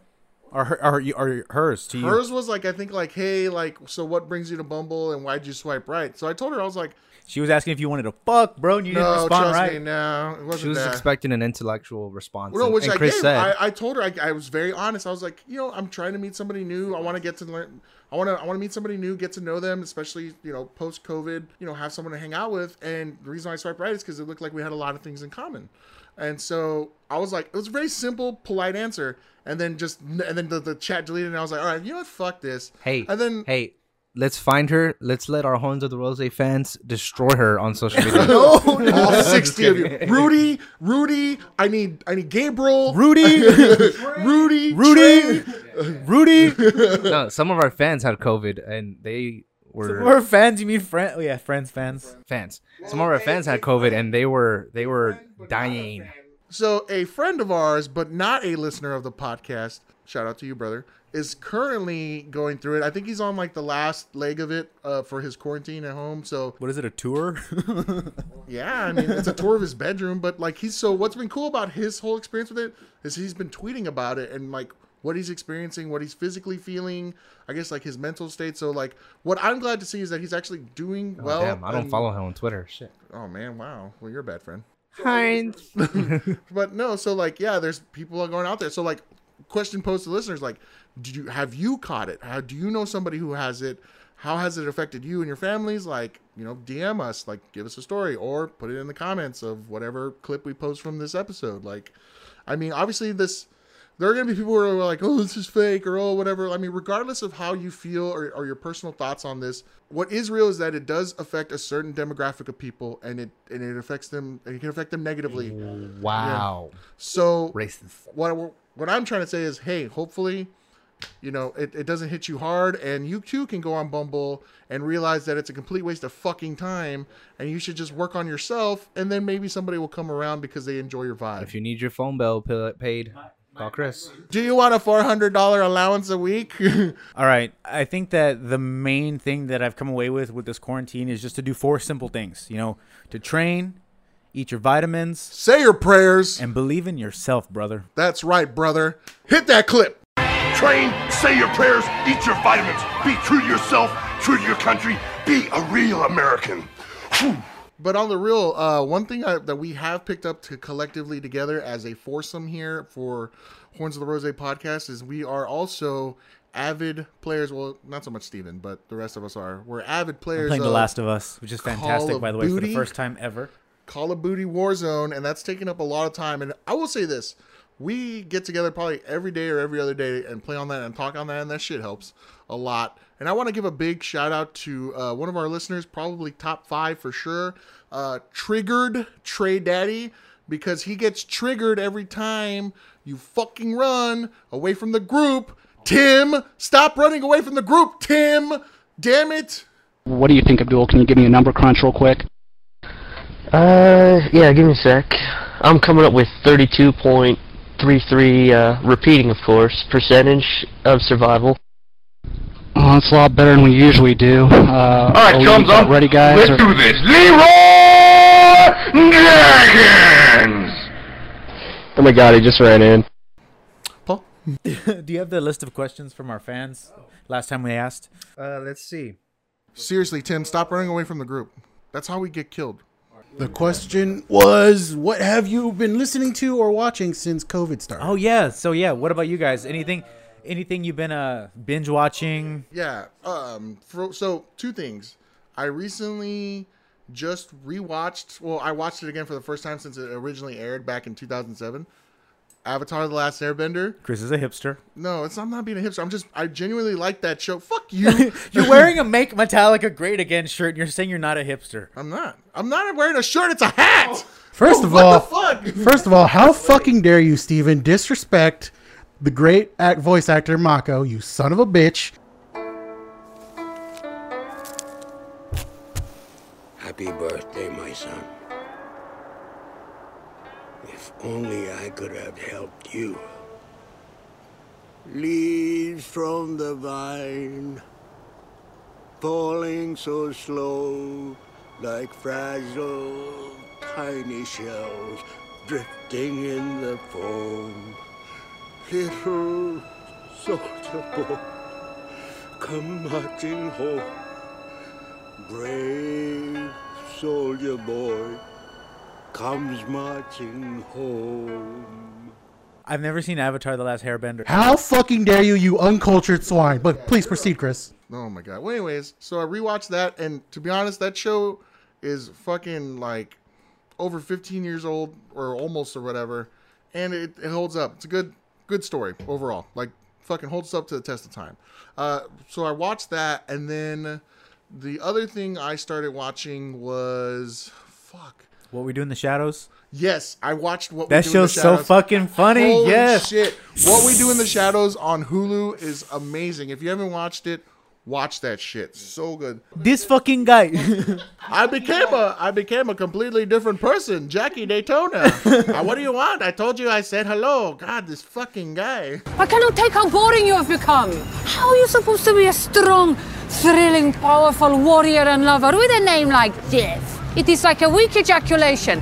S6: Or her, or, you- or hers to you?
S5: Hers was like, I think like, hey, like, so what brings you to Bumble and why'd you swipe right? So I told her I was like,
S6: She was asking if you wanted to fuck, bro, and you didn't
S5: no,
S6: respond
S5: trust
S6: right.
S5: me, no, it wasn't
S3: she was
S5: that.
S3: expecting an intellectual response.
S5: Well, no,
S3: and-
S5: which
S3: and
S5: I
S3: Chris
S5: gave.
S3: said,
S5: I, I told her I, I was very honest. I was like, you know, I'm trying to meet somebody new. I want to get to learn. I want to. I want to meet somebody new, get to know them, especially you know, post COVID. You know, have someone to hang out with. And the reason I swiped right is because it looked like we had a lot of things in common. And so I was like, it was a very simple, polite answer. And then just and then the, the chat deleted, and I was like, all right, you know what, fuck this.
S3: hey,
S5: And then
S3: hey, let's find her. Let's let our Horns of the Rose fans destroy her on social
S5: [LAUGHS]
S3: media.
S5: no, all sixty of you, Rudy, Rudy. I need, I need Gabriel,
S6: Rudy,
S5: [LAUGHS] Rudy,
S6: Rudy, Rudy.
S3: no, some of our fans had COVID and they were
S6: We're fans. You mean friends? Oh, yeah, friends, fans.
S3: fans. Some of our fans had COVID and they were they were dying.
S5: So, a friend of ours, but not a listener of the podcast, shout out to you, brother, is currently going through it. I think he's on like the last leg of it uh, for his quarantine at home. So,
S6: What is it? A tour? [LAUGHS]
S5: yeah, I mean, it's a tour of his bedroom, but like he's so what's been cool about his whole experience with it is he's been tweeting about it and like what he's experiencing, what he's physically feeling, I guess like his mental state. So, like, what I'm glad to see is that he's actually doing well.
S3: Oh, Damn, I don't
S5: and-
S3: follow her on Twitter. Shit.
S5: Oh, man, wow. Well, you're a bad friend.
S3: Heinz.
S5: But no, so like, yeah, there's people are going out there. So like, question posed to listeners like, did you have you caught it? How do you know somebody who has it? how has it affected you and your families? Like, you know, DM us, like, give us a story or put it in the comments of whatever clip we post from this episode. Like, I mean, obviously, this, there are going to be people who are like, oh, this is fake or oh, whatever. I mean, regardless of how you feel or, or your personal thoughts on this, what is real is that it does affect a certain demographic of people and it, and it affects them, and it can affect them negatively.
S3: Wow.
S5: So,
S3: Racist.
S5: what what I'm trying to say is, hey, hopefully, you know, it, it doesn't hit you hard, and you too can go on Bumble and realize that it's a complete waste of fucking time, and you should just work on yourself, and then maybe somebody will come around because they enjoy your vibe.
S3: If you need your phone bill p- paid, call Chris.
S5: Do you want a four hundred dollar allowance a week? [LAUGHS]
S6: All right. I think that the main thing that I've come away with with this quarantine is just to do four simple things. You know, to train, eat your vitamins,
S5: Say your prayers.
S6: and believe in yourself, brother.
S5: That's right, brother. Hit that clip.
S1: Train, say your prayers, eat your vitamins, be true to yourself, true to your country, be a real American. Whew.
S5: But on the real, uh, one thing I, that we have picked up to collectively together as a foursome here for Horns of the Rose podcast is we are also avid players. Well, not so much Steven, but the rest of us are. We're avid players.
S6: Playing The
S5: of
S6: Last of Us, which is
S5: Call
S6: fantastic,
S5: of
S6: by the way, for
S5: Duty.
S6: the first time ever. [LAUGHS]
S5: Call of Duty Warzone, and that's taking up a lot of time. And I will say this: we get together probably every day or every other day and play on that and talk on that, and that shit helps a lot. And I want to give a big shout out to uh, one of our listeners, probably top five for sure, uh, Triggered Trey Daddy, because he gets triggered every time you fucking run away from the group. Tim, stop running away from the group, Tim. Damn it.
S10: What do you think, Abdul? Can you give me a number crunch real quick?
S11: Uh, yeah, give me a sec. I'm coming up with 32.33, uh, repeating, of course, percentage of survival.
S10: Oh, that's a lot better than we usually do.
S11: All
S10: Uh,
S11: right,
S10: are we
S11: chums
S10: about
S11: up.
S10: ready, guys?
S11: Let's
S10: or-
S11: do
S1: This Leroy Jenkins!
S11: Oh my god, he just ran in.
S5: Paul?
S6: do you have the list of questions from our fans? Last time we asked.
S3: Uh, let's see.
S5: Seriously, Tim, stop running away from the group. That's how we get killed.
S7: The question was, what have you been listening to or watching since COVID started?
S6: Oh yeah. So yeah, what about you guys? Anything anything you've been uh binge watching?
S5: Yeah. Um. For, so two things. I recently just rewatched. Well, I watched it again for the first time since it originally aired back in 2007. Avatar: The Last Airbender.
S6: Chris is a hipster.
S5: No, it's I'm not being a hipster. I'm just I genuinely like that show. Fuck you.
S6: You're wearing a make Metallica great again shirt and you're saying you're not a hipster.
S5: I'm not. I'm not wearing a shirt. It's a hat.
S7: First of
S5: What
S7: all,
S5: the fuck?
S7: first of all, how fucking dare you, Steven, disrespect the great act- voice actor Mako, you son of a bitch.
S12: Happy birthday, my son. If only I could have helped you. Leaves from the vine, falling so slow, like fragile tiny shells drifting in the foam. Little soldier boy, come marching home. Brave soldier boy comes marching home.
S6: I've never seen Avatar the Last Airbender.
S7: How fucking dare you, you uncultured swine. But please proceed, Chris.
S5: Oh my god. Well, anyways, so I rewatched that, and to be honest, that show is fucking like over 15 years old or almost or whatever, and it, it holds up. It's a good good story overall. Like fucking holds up to the test of time. Uh, so I watched that, and then the other thing I started watching was fuck.
S6: What we do in the shadows?
S5: Yes, I watched what
S6: That
S5: we do in the
S6: show's so
S5: Shadows.
S6: fucking funny.
S5: Holy
S6: yes.
S5: shit. What we do in the shadows on Hulu is amazing. If you haven't watched it, watch that shit. So good.
S6: This fucking guy. [LAUGHS]
S5: I became a I became a completely different person, Jackie
S6: [LAUGHS]
S5: Daytona. Uh, what do you want? I told you I said hello. God, this fucking guy.
S13: I cannot take how boring you have become. How are you supposed to be a strong, thrilling, powerful warrior and lover with a name like Jeff? It is like a weak ejaculation.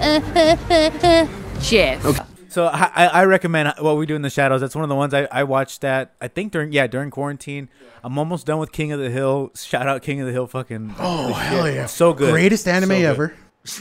S13: Okay. [LAUGHS] Jeff.
S6: so I, I I recommend what we do in the shadows. That's one of the ones I, I watched that I think during yeah, during quarantine. I'm almost done with King of the Hill. Shout out King of the Hill fucking [GASPS]
S7: Oh, hell yeah.
S6: so good.
S7: Greatest anime
S6: So
S5: [LAUGHS]
S6: good.
S7: ever.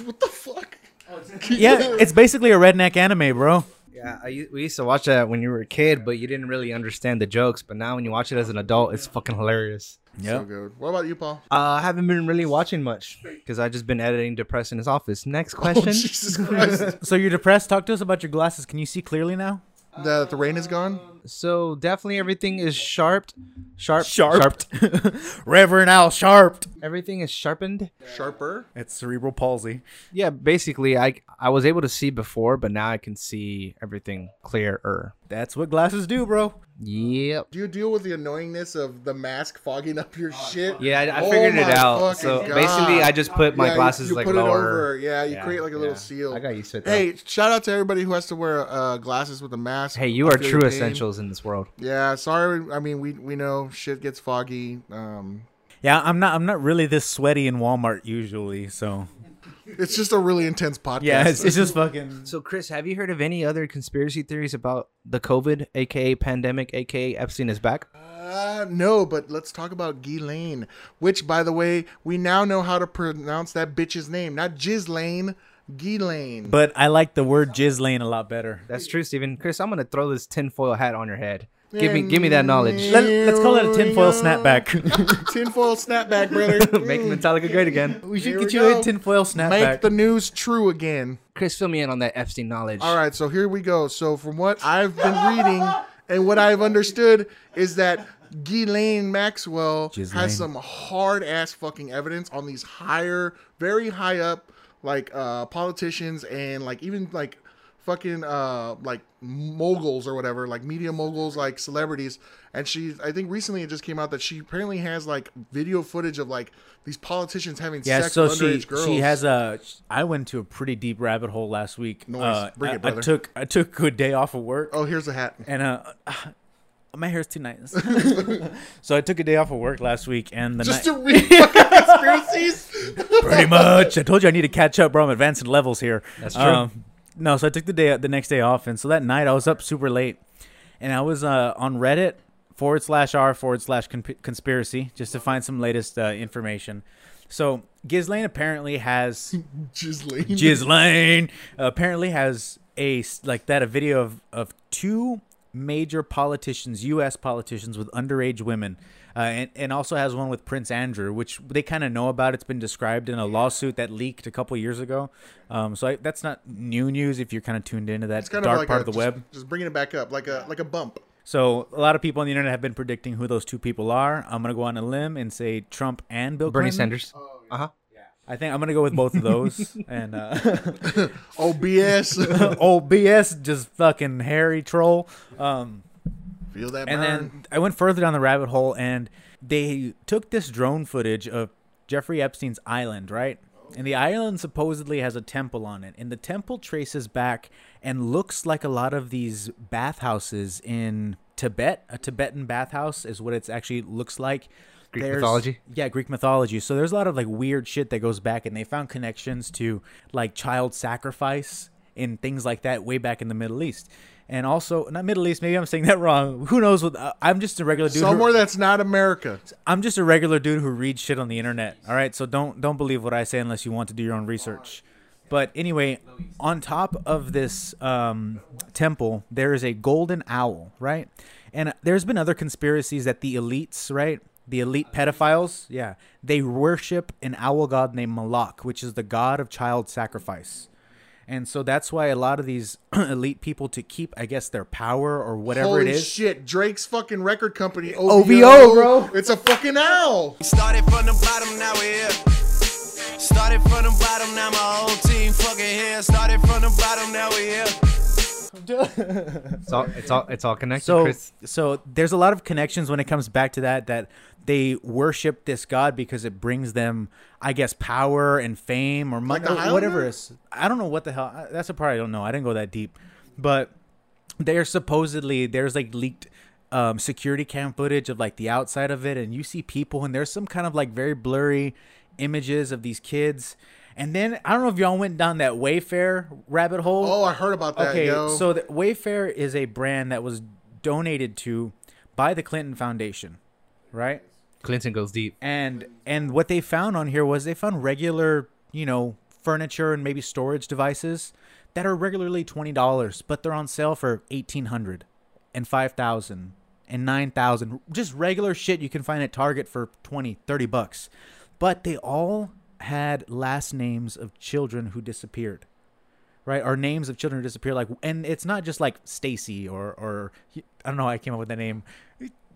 S5: What the fuck? [LAUGHS]
S6: [LAUGHS] Yeah, it's basically a redneck anime, bro.
S3: I, I, we used to watch that when you were a kid, but you didn't really understand the jokes. But now when you watch it as an adult, it's fucking hilarious.
S5: So good. What about you, Paul?
S3: Uh, I haven't been really watching much because I've just been editing Depressed in his office. Next
S5: [LAUGHS]
S3: question.
S5: Oh, Jesus
S6: [LAUGHS]
S5: Christ.
S6: so you're depressed. Talk to us about your glasses. Can you see clearly now?
S5: That the rain is gone.
S3: So definitely everything is sharped, sharp, [LAUGHS]
S6: Sharped. [LAUGHS] Reverend Al Sharped.
S3: Everything is sharpened.
S5: Sharper.
S6: It's cerebral palsy.
S3: Yeah, basically, I I was able to see before, but now I can see everything clearer.
S6: That's what glasses do, bro.
S3: Yep.
S5: Do you deal with the annoyingness of the mask fogging up your shit?
S3: Yeah, I, I
S5: Oh
S3: figured it
S5: my
S3: out.
S5: fucking
S3: So
S5: God.
S3: basically, I just put my
S5: Yeah, you-
S3: glasses
S5: you
S3: like
S5: put it
S3: lower.
S5: over. Yeah, you
S3: Yeah,
S5: create like a little
S3: yeah.
S5: seal.
S3: I got used to it. Hey,
S5: Hey, shout out to everybody who has to wear uh, glasses with a mask.
S3: hey, you
S5: I
S3: are
S5: feel
S3: true
S5: your pain.
S3: essentials in this world.
S5: Yeah, sorry. I mean, we we know shit gets foggy. Um,
S6: Yeah, I'm not. I'm not really this sweaty in Walmart usually. So
S5: it's just a really intense podcast.
S6: yeah, it's, it's just fucking.
S3: So, Chris, have you heard of any other conspiracy theories about the COVID, aka pandemic, aka Epstein is back?
S5: Uh, no, but let's talk about Ghislaine, which, by the way, we now know how to pronounce that bitch's name. Not Ghislaine,
S3: [LAUGHS]
S5: Ghislaine.
S6: But I like the word jizz lane a lot better.
S3: That's true, Steven. Chris, I'm gonna throw this tinfoil hat on your head. Give me, give me that knowledge.
S6: Let, us call it a tinfoil snapback.
S5: tinfoil snapback, brother.
S3: [LAUGHS]
S5: Mm.
S3: Make Metallica great again.
S6: [LAUGHS] we should
S5: Here
S6: get
S5: we
S6: you
S5: go.
S6: a tinfoil
S5: Make
S6: snapback.
S5: the news true again.
S3: Chris, fill me in on that Epstein knowledge.
S5: All right, so here we go. So from what I've been reading and what I've understood is that Ghislaine Maxwell
S6: Ghislaine.
S5: has some hard ass fucking evidence on these higher, very high up like uh politicians and like even like fucking uh like moguls or whatever like media moguls like celebrities and she i think recently it just came out that she apparently has like video footage of like these politicians having
S6: yeah,
S5: sex
S6: so
S5: with underage
S6: she
S5: girls
S6: she has a. I went to a pretty deep rabbit hole last week.
S5: Noise.
S6: Uh,
S5: Bring
S6: I,
S5: it,
S6: I
S5: brother.
S6: took I took a day off of work.
S5: oh here's a hat
S6: and uh, [SIGHS] my hair's
S5: [LAUGHS]
S6: too nice. [LAUGHS] so I took a day off of work last week, and the
S5: just
S6: night,
S5: to
S6: [LAUGHS]
S5: read fucking conspiracies
S6: pretty much. I told you I need to catch up, bro. I'm advancing levels here. Um,
S3: That's true.
S6: no, so I took the day the next day off, and so that night I was up super late, and I was uh, on Reddit forward slash r forward slash con- conspiracy just to find some latest uh, information. So Ghislaine apparently has
S5: Ghislaine.
S6: Ghislaine apparently has a s- like that a video of of two major politicians, U.S. politicians with underage women, uh, and and also has one with Prince Andrew, which they kind of know about. It's been described in a lawsuit that leaked a couple years ago. Um, so I, that's not new news if you're kind of tuned into that
S5: It's kind
S6: dark
S5: of like
S6: part
S5: a-
S6: of the
S5: just,
S6: web.
S5: Just bringing it back up, like a like a bump.
S6: So a lot of people on the internet have been predicting who those two people are. I'm gonna go on a limb and say Trump and Bill
S3: Bernie
S6: Clinton.
S3: Sanders. Uh huh.
S6: I think I'm gonna go with both
S5: [LAUGHS]
S6: of those, and uh, [LAUGHS]
S5: OBS,
S6: old BS, just fucking hairy troll. Um,
S5: feel that
S6: and
S5: burn.
S6: then I went further down the rabbit hole, and they took this drone footage of Jeffrey Epstein's island, right? And the island supposedly has a temple on it, and the temple traces back and looks like a lot of these bathhouses in Tibet. A Tibetan bathhouse is what it's actually looks like.
S3: Greek mythology?
S6: Yeah, Greek mythology. So there's a lot of like weird shit that goes back, and they found connections to like child sacrifice and things like that way back in the Middle East. And also, not Middle East. Maybe I'm saying that wrong. Who knows? What uh, I'm just a regular dude. who-
S5: somewhere that's not America.
S6: I'm just a regular dude who reads shit on the internet. All right, so don't don't believe what I say unless you want to do your own research. But anyway, on top of this um, temple, there is a golden owl, right? And there's been other conspiracies that the elites, right? The elite pedophiles, yeah, they worship an owl god named Malak, which is the god of child sacrifice. And so that's why a lot of these [CLEARS THROAT] elite people to keep, I guess, their power or whatever
S5: Holy
S6: it is.
S5: shit! Drake's fucking record company OVO,
S6: OVO, bro.
S5: It's a fucking owl.
S9: Started from the bottom, now we're here. Started from the bottom, now my whole team fucking here. Started from the bottom, now we're here.
S3: It's all it's all it's all connected.
S6: so
S3: Chris.
S6: so there's a lot of connections when it comes back to that that they worship this god because it brings them i guess power and fame or money
S5: Like the
S6: or whatever
S5: Highlander?
S6: it is i don't know what the hell I- that's a part i don't know i didn't go that deep but there's supposedly there's like leaked um, security cam footage of like the outside of it and you see people and there's some kind of like very blurry images of these kids and then i don't know if y'all went down that wayfair rabbit hole
S5: Oh, I heard about that.
S6: Okay,
S5: yo.
S6: so the Wayfair is a brand that was donated to by the Clinton Foundation, right?
S3: Clinton goes deep.
S6: And and what they found on here was they found regular, you know, furniture and maybe storage devices that are regularly twenty dollars, but they're on sale for eighteen hundred, and five thousand, and nine thousand. Just regular shit you can find at Target for 20, 30 bucks, but they all had last names of children who disappeared right? Or names of children who disappear. Like, and it's not just like Stacy or or I don't know. How I came up with the name.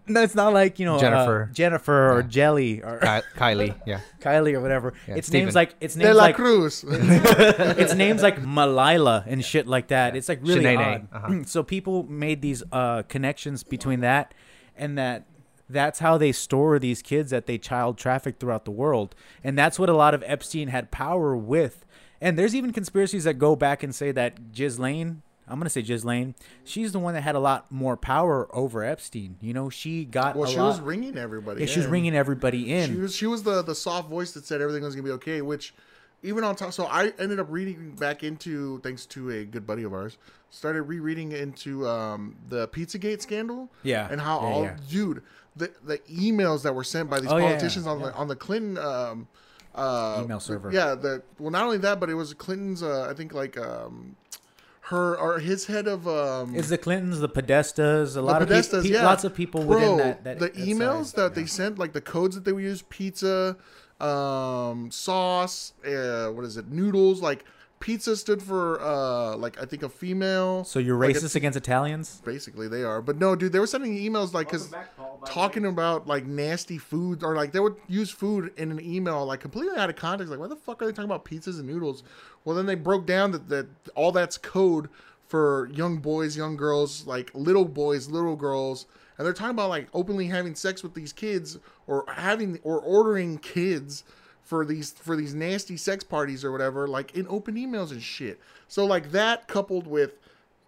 S6: No, it's not like you know uh,
S3: Jennifer.
S6: Jennifer or Jelly or
S3: Ky- Kylie, yeah.
S6: [LAUGHS] Kylie or whatever.
S3: Yeah,
S6: it's
S3: Steven.
S6: names like it's
S5: De
S6: names
S5: La
S6: like [LAUGHS]
S5: Cruz. [LAUGHS]
S6: it's names like Malila and shit like that. It's like really
S3: Shanae.
S6: odd. [CLEARS THROAT] so people made these uh, connections between that and that. That's how they store these kids that they child traffic throughout the world, and that's what a lot of Epstein had power with. And there's even conspiracies that go back and say that Ghislaine, I'm gonna say Ghislaine, she's the one that had a lot more power over Epstein. You know, she got
S5: Well,
S6: a
S5: she
S6: lot-
S5: was ringing everybody.
S6: Yeah, she was
S5: in.
S6: ringing everybody in.
S5: She was she was the the soft voice that said everything was gonna be okay, which even on top. So I ended up reading back into thanks to a good buddy of ours. Started rereading into um, the PizzaGate scandal.
S6: Yeah,
S5: and how
S6: yeah,
S5: all
S6: yeah.
S5: dude the the emails that were sent by these
S6: Oh, yeah,
S5: politicians on the on the Clinton. Um, uh,
S6: Email server.
S5: Yeah, the well, not only that, but it was Clinton's. Uh, I think like um, her or his head of um,
S6: It's the Clintons, the Podestas, a
S5: the
S6: lot of
S5: Podestas,
S6: people,
S5: yeah.
S6: lots of people
S5: Bro,
S6: within that. that
S5: the
S6: that
S5: emails
S6: size.
S5: that they sent, like the codes that they would use, pizza, um, sauce, uh, what is it, noodles. Like pizza stood for uh, like I think a female.
S6: So you're
S5: like,
S6: racist against Italians?
S5: Basically, they are. But no, dude, they were sending emails like because talking about like nasty food or like they would use food in an email like completely out of context. Like, why the fuck are they talking about pizzas and noodles? Well, then they broke down that that all that's code for young boys, young girls, like little boys, little girls, and they're talking about like openly having sex with these kids or having or ordering kids for these for these nasty sex parties or whatever, like in open emails and shit. So like that coupled with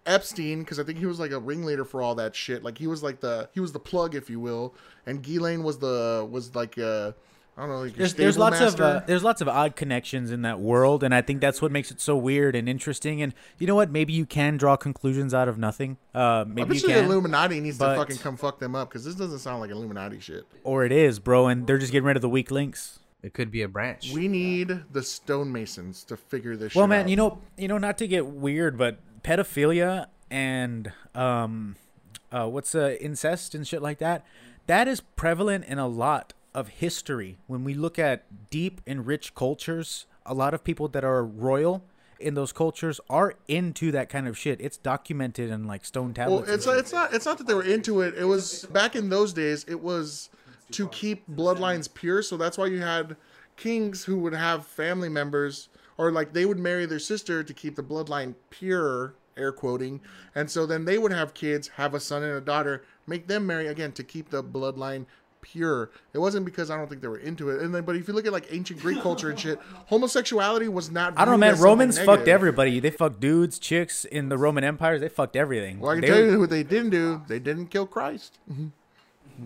S5: Epstein, because I think he was like a ringleader for all that shit. Like he was like the he was the plug, if you will, and Ghislaine was the was like uh I don't know. Like your
S6: There's, there's
S5: stable
S6: lots of uh,
S5: master.
S6: there's lots of odd connections in that world, and I think that's what makes it so weird and interesting. And you know what? Maybe you can draw conclusions out of nothing. Uh,
S5: I
S6: maybe
S5: bet
S6: you
S5: you the
S6: can,
S5: Illuminati needs
S6: but-
S5: to fucking come fuck them up because this doesn't sound like Illuminati shit.
S6: or it is, bro. And they're just getting rid of the weak links.
S3: It could be a branch.
S5: We need the stonemasons to figure this.
S6: Well,
S5: shit
S6: man,
S5: out.
S6: you know, you know, not to get weird, but pedophilia and um, uh, what's uh, incest and shit like that, that is prevalent in a lot of history. When we look at deep and rich cultures, a lot of people that are royal in those cultures are into that kind of shit. It's documented in like stone
S5: Well,
S6: tablets. and
S5: it's it's not it's not that they were into it. It was back in those days. It was to keep bloodlines pure. So that's why you had kings who would have family members, or like they would marry their sister to keep the bloodline pure. Air quoting, and so then they would have kids, have a son and a daughter, make them marry again to keep the bloodline pure. It wasn't because I don't think they were into it. And then, but if you look at like ancient Greek culture and shit, homosexuality was not.
S6: I don't
S5: viewed
S6: know, man.
S5: as something
S6: Romans fucked
S5: negative.
S6: everybody. They fucked dudes, chicks in the Roman empires. They fucked everything.
S5: Well, I can
S6: They
S5: tell
S6: were-
S5: you what they didn't do. They didn't kill Christ.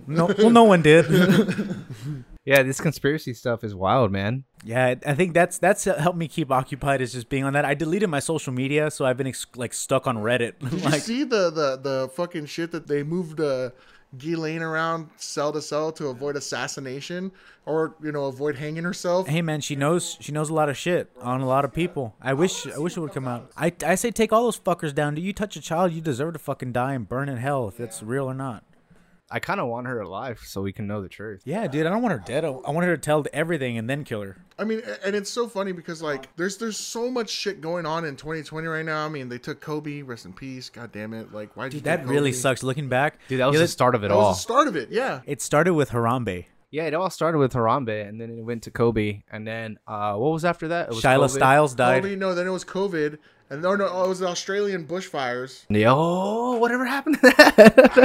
S6: No, well, no one did.
S5: [LAUGHS]
S3: Yeah, this conspiracy stuff is wild, man.
S6: Yeah, I- I think that's that's helped me keep occupied is just being on that. I deleted my social media, so I've been ex- like stuck on Reddit. [LAUGHS]
S5: Did you
S6: like,
S5: see the, the the fucking shit that they moved uh, Ghislaine around cell to cell to avoid assassination or you know avoid hanging herself?
S6: hey man, she knows she knows a lot of shit on a lot of people. I wish I wish it would come out. I I say take all those fuckers down. Do you touch a child, you deserve to fucking die and burn in hell if it's real or not.
S3: I kind of want her alive so we can know the truth.
S6: Yeah, dude, I don't want her dead. I I want her to tell everything and then kill her.
S5: I mean, a- and it's so funny because like there's there's so much shit going on in 2020 right now. I mean, they took Kobe, rest in peace. God damn it! Like, why did
S6: Dude, that really sucks. Looking back,
S3: Dude, that was
S6: Yeah,
S3: the start of it
S5: That was
S3: all.
S5: the start of it. Yeah.
S6: It started with Harambe,
S3: yeah, it all started with Harambe, and then it went to Kobe, and then uh, what was after that? It was
S6: Shiloh
S3: Kobe.
S6: Styles died.
S5: Kobe, no, then it was COVID, and oh, no, no, it was the Australian bushfires. Oh,
S3: Yo, Oh, whatever happened to
S6: [LAUGHS]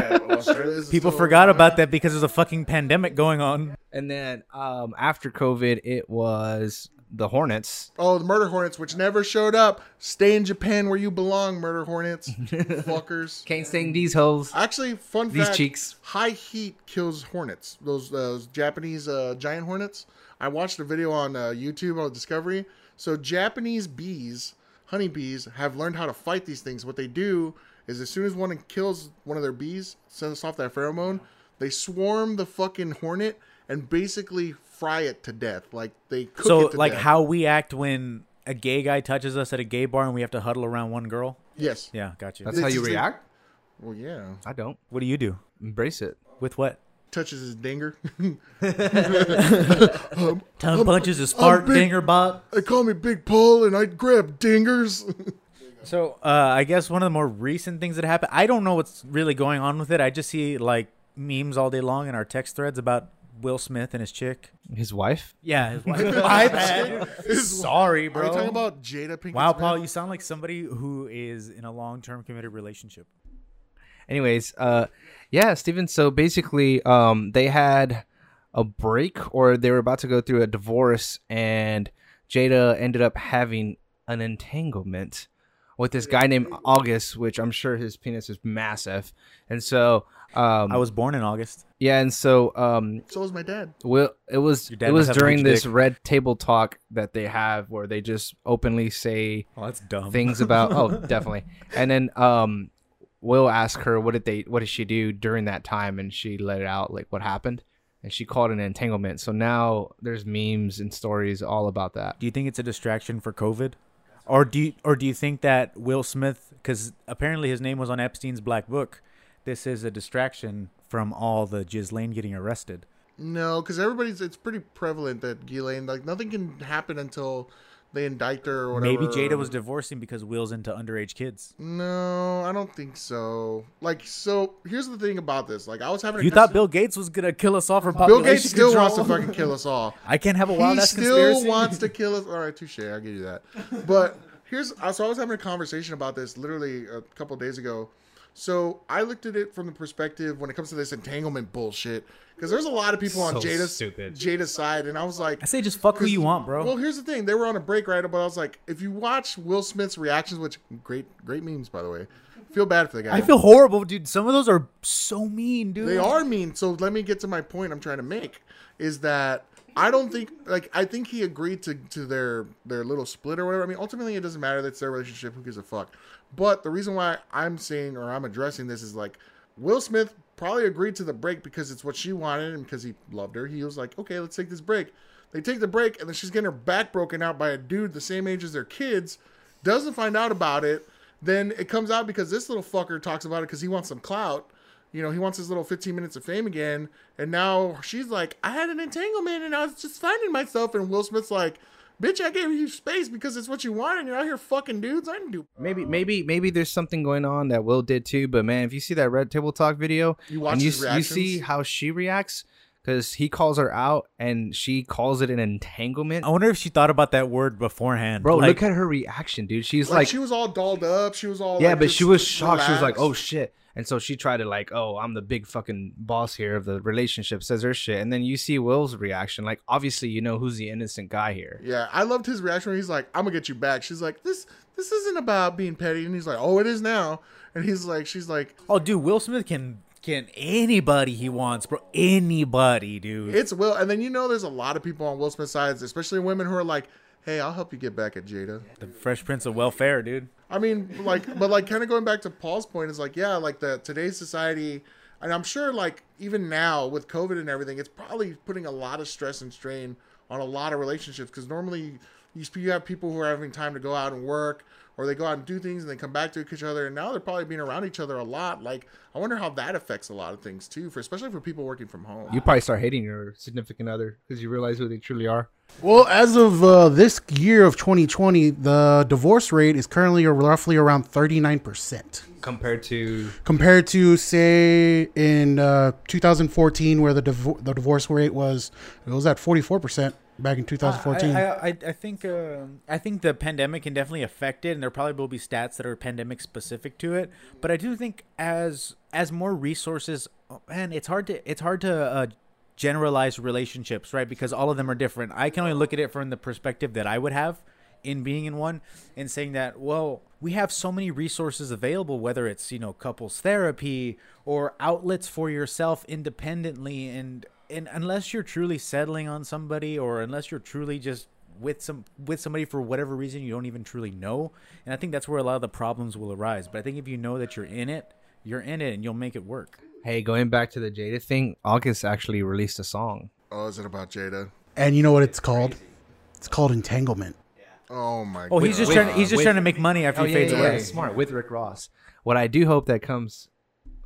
S6: People forgot about that because there's a fucking pandemic going on.
S3: [LAUGHS] And then um, after COVID, it was the Hornets.
S5: Oh, the murder hornets, which never showed up. Stay in Japan where you belong, murder hornets,
S6: [LAUGHS]
S5: fuckers.
S3: Can't sing these hoes.
S5: Actually, fun
S3: These
S5: fact:
S3: cheeks.
S5: high heat kills hornets. Those those Japanese uh, giant hornets. I watched a video on uh, YouTube on Discovery. So Japanese bees, honeybees, have learned how to fight these things. What they do is, as soon as one kills one of their bees, sends off that pheromone. They swarm the fucking hornet and basically fry it to death. Like they cook
S6: so
S5: it to
S6: like
S5: death.
S6: how we act when a gay guy touches us at a gay bar and we have to huddle around one girl?
S5: Yes.
S6: Yeah, gotcha.
S3: That's how you react?
S5: Well, yeah.
S3: I don't.
S6: What do you do?
S3: Embrace it.
S6: With what?
S5: Touches his [LAUGHS] dinger.
S6: Tom punches his fart dinger bob.
S5: They call me Big Paul, and I grab dingers. [LAUGHS]
S6: So uh, I guess one of the more recent things that happened. I don't know what's really going on with it. I just see like memes all day long in our text threads about Will Smith and his chick.
S3: His wife?
S6: Yeah,
S5: [LAUGHS]
S6: his [LAUGHS] wife. My bad.
S5: His-
S6: Sorry, bro.
S5: Are you talking about Jada Pinkett
S6: Wow,
S5: Smith?
S6: Paul, you sound like somebody who is in a long-term committed relationship.
S3: Anyways, uh, yeah, Steven. So basically, um, they had a break or they were about to go through a divorce, and Jada ended up having an entanglement with this guy named August, which I'm sure his penis is massive. And so, um,
S6: I was born in August.
S3: yeah, and so, um,
S5: So was my dad.
S3: Well, it was
S6: dad
S3: it was
S6: must have a
S3: during
S6: huge
S3: this
S6: dick.
S3: red table talk that they have where they just openly say
S6: Oh, that's dumb.
S3: things about oh definitely and then um will ask her what did they what did she do during that time and she let it out like what happened and she called it an entanglement so now there's memes and stories all about that
S6: Do you think it's a distraction for COVID? Or do you, or do you think that Will Smith cuz apparently his name was on Epstein's black book. This is a distraction from all the Ghislaine getting arrested.
S5: No, because everybody's. It's pretty prevalent that Ghislaine, like, nothing can happen until they indict her or whatever. Mm.
S6: Maybe Jada was divorcing because Will's into underage kids.
S5: No, I don't think so. Like, so here's the thing about this. Like, I was having. A
S6: You thought Bill Gates was going to kill us all for
S5: Bill
S6: population
S5: Gates still
S6: control?
S5: wants to fucking kill us all.
S6: [LAUGHS] I can't have a wild
S5: he
S6: ass
S5: still
S6: conspiracy.
S5: wants to kill us. All right, touche. I'll give you that. But here's uh, so I was having a conversation about this literally a couple days ago. So I looked at it from the perspective when it comes to this entanglement bullshit because there's a lot of people on
S6: So
S5: Jada's
S6: stupid.
S5: Jada's side, and I was like,
S6: I say just fuck who you want, bro.
S5: well, here's the thing. They were on a break, right? But I was like, if you watch Will Smith's reactions, which great, great memes, by the way. Feel bad for the guy.
S6: [LAUGHS] I feel horrible, dude. Some of those are so mean, dude.
S5: They are mean. So let me get to my point I'm trying to make is that I don't think like I think he agreed to, to their their little split or whatever. I mean, ultimately it doesn't matter. That's their relationship. Who gives a fuck? But the reason why I'm saying or I'm addressing this is like Will Smith probably agreed to the break because it's what she wanted and because he loved her. He was like, okay, let's take this break. They take the break and then she's getting her back broken out by a dude the same age as their kids. Doesn't find out about it. Then it comes out because this little fucker talks about it because he wants some clout. You know, he wants his little 15 minutes of fame again. And now she's like, I had an entanglement and I was just finding myself. And Will Smith's like, Bitch, I gave you space because it's what you wanted. You're out here fucking dudes. I didn't do.
S3: maybe maybe maybe there's something going on that will did too but man if you see that red table talk video
S5: You watch
S3: and you,
S5: his
S3: s- you see
S5: reactions?
S3: how she reacts because he calls her out and she calls it an entanglement
S6: I wonder if she thought about that word beforehand.
S3: bro
S6: Oh, Like,
S3: look at her reaction dude she's
S5: Like,
S3: like
S5: she was all dolled up. She was all.
S3: yeah,
S5: Oh, like,
S3: but
S5: just
S3: she was shocked. She was like,
S5: relaxed.
S3: "Oh shit!" And so she tried to like, "Oh, I'm the big fucking boss here of the relationship," says her shit, and then you see Will's reaction. Like, obviously, you know who's the innocent guy here.
S5: Yeah, I loved his reaction. Where he's like, "I'm gonna get you back." She's like, "This, this isn't about being petty," and he's like, "Oh, it is now." And he's like, "She's like,
S6: oh, dude, Will Smith can can anybody he wants, bro. Anybody, dude.
S5: it's Will." And then you know, there's a lot of people on Will Smith's sides, especially women who are like, "Hey, I'll help you get back at Jada."
S6: the Fresh Prince of Welfare, dude.
S5: I mean, like, but like, kind of going back to Paul's point is like, yeah, like the today's society, and I'm sure like even now with COVID and everything, it's probably putting a lot of stress and strain on a lot of relationships because normally you sp- you have people who are having time to go out and work or they go out and do things and they come back to each other and now they're probably being around each other a lot. Like, I wonder how that affects a lot of things too, for especially for people working from home.
S3: You probably start hating your significant other because you realize who they truly are.
S7: Well, as of uh, this year of 2020, the divorce rate is currently roughly around 39%,
S3: Compared to
S7: compared to say in uh, 2014, where the div- the divorce rate was it was at 44% back in 2014.
S6: Ah, I, I, I, I think um I think the pandemic can definitely affect it, and there probably will be stats that are pandemic specific to it. But I do think as as more resources, oh, man, it's hard to it's hard to uh, generalize relationships, right? Because all of them are different. I can only look at it from the perspective that I would have in being in one and saying that well we have so many resources available whether it's you know couples therapy or outlets for yourself independently and and unless you're truly settling on somebody or unless you're truly just with some with somebody for whatever reason you don't even truly know and i think that's where a lot of the problems will arise but i think if you know that you're in it you're in it and you'll make it work
S3: hey, going back to the Jada thing, August actually released a song.
S5: oh, is it about Jada?
S7: and you know what it's called? It's called entanglement.
S5: Oh my!
S6: Oh, he's just
S3: With-
S6: trying. he's just
S3: with-
S6: trying to make money after
S3: Oh,
S6: he
S3: yeah,
S6: fades
S3: yeah,
S6: away.
S3: yeah, Smart with Rick Ross. What I do hope that comes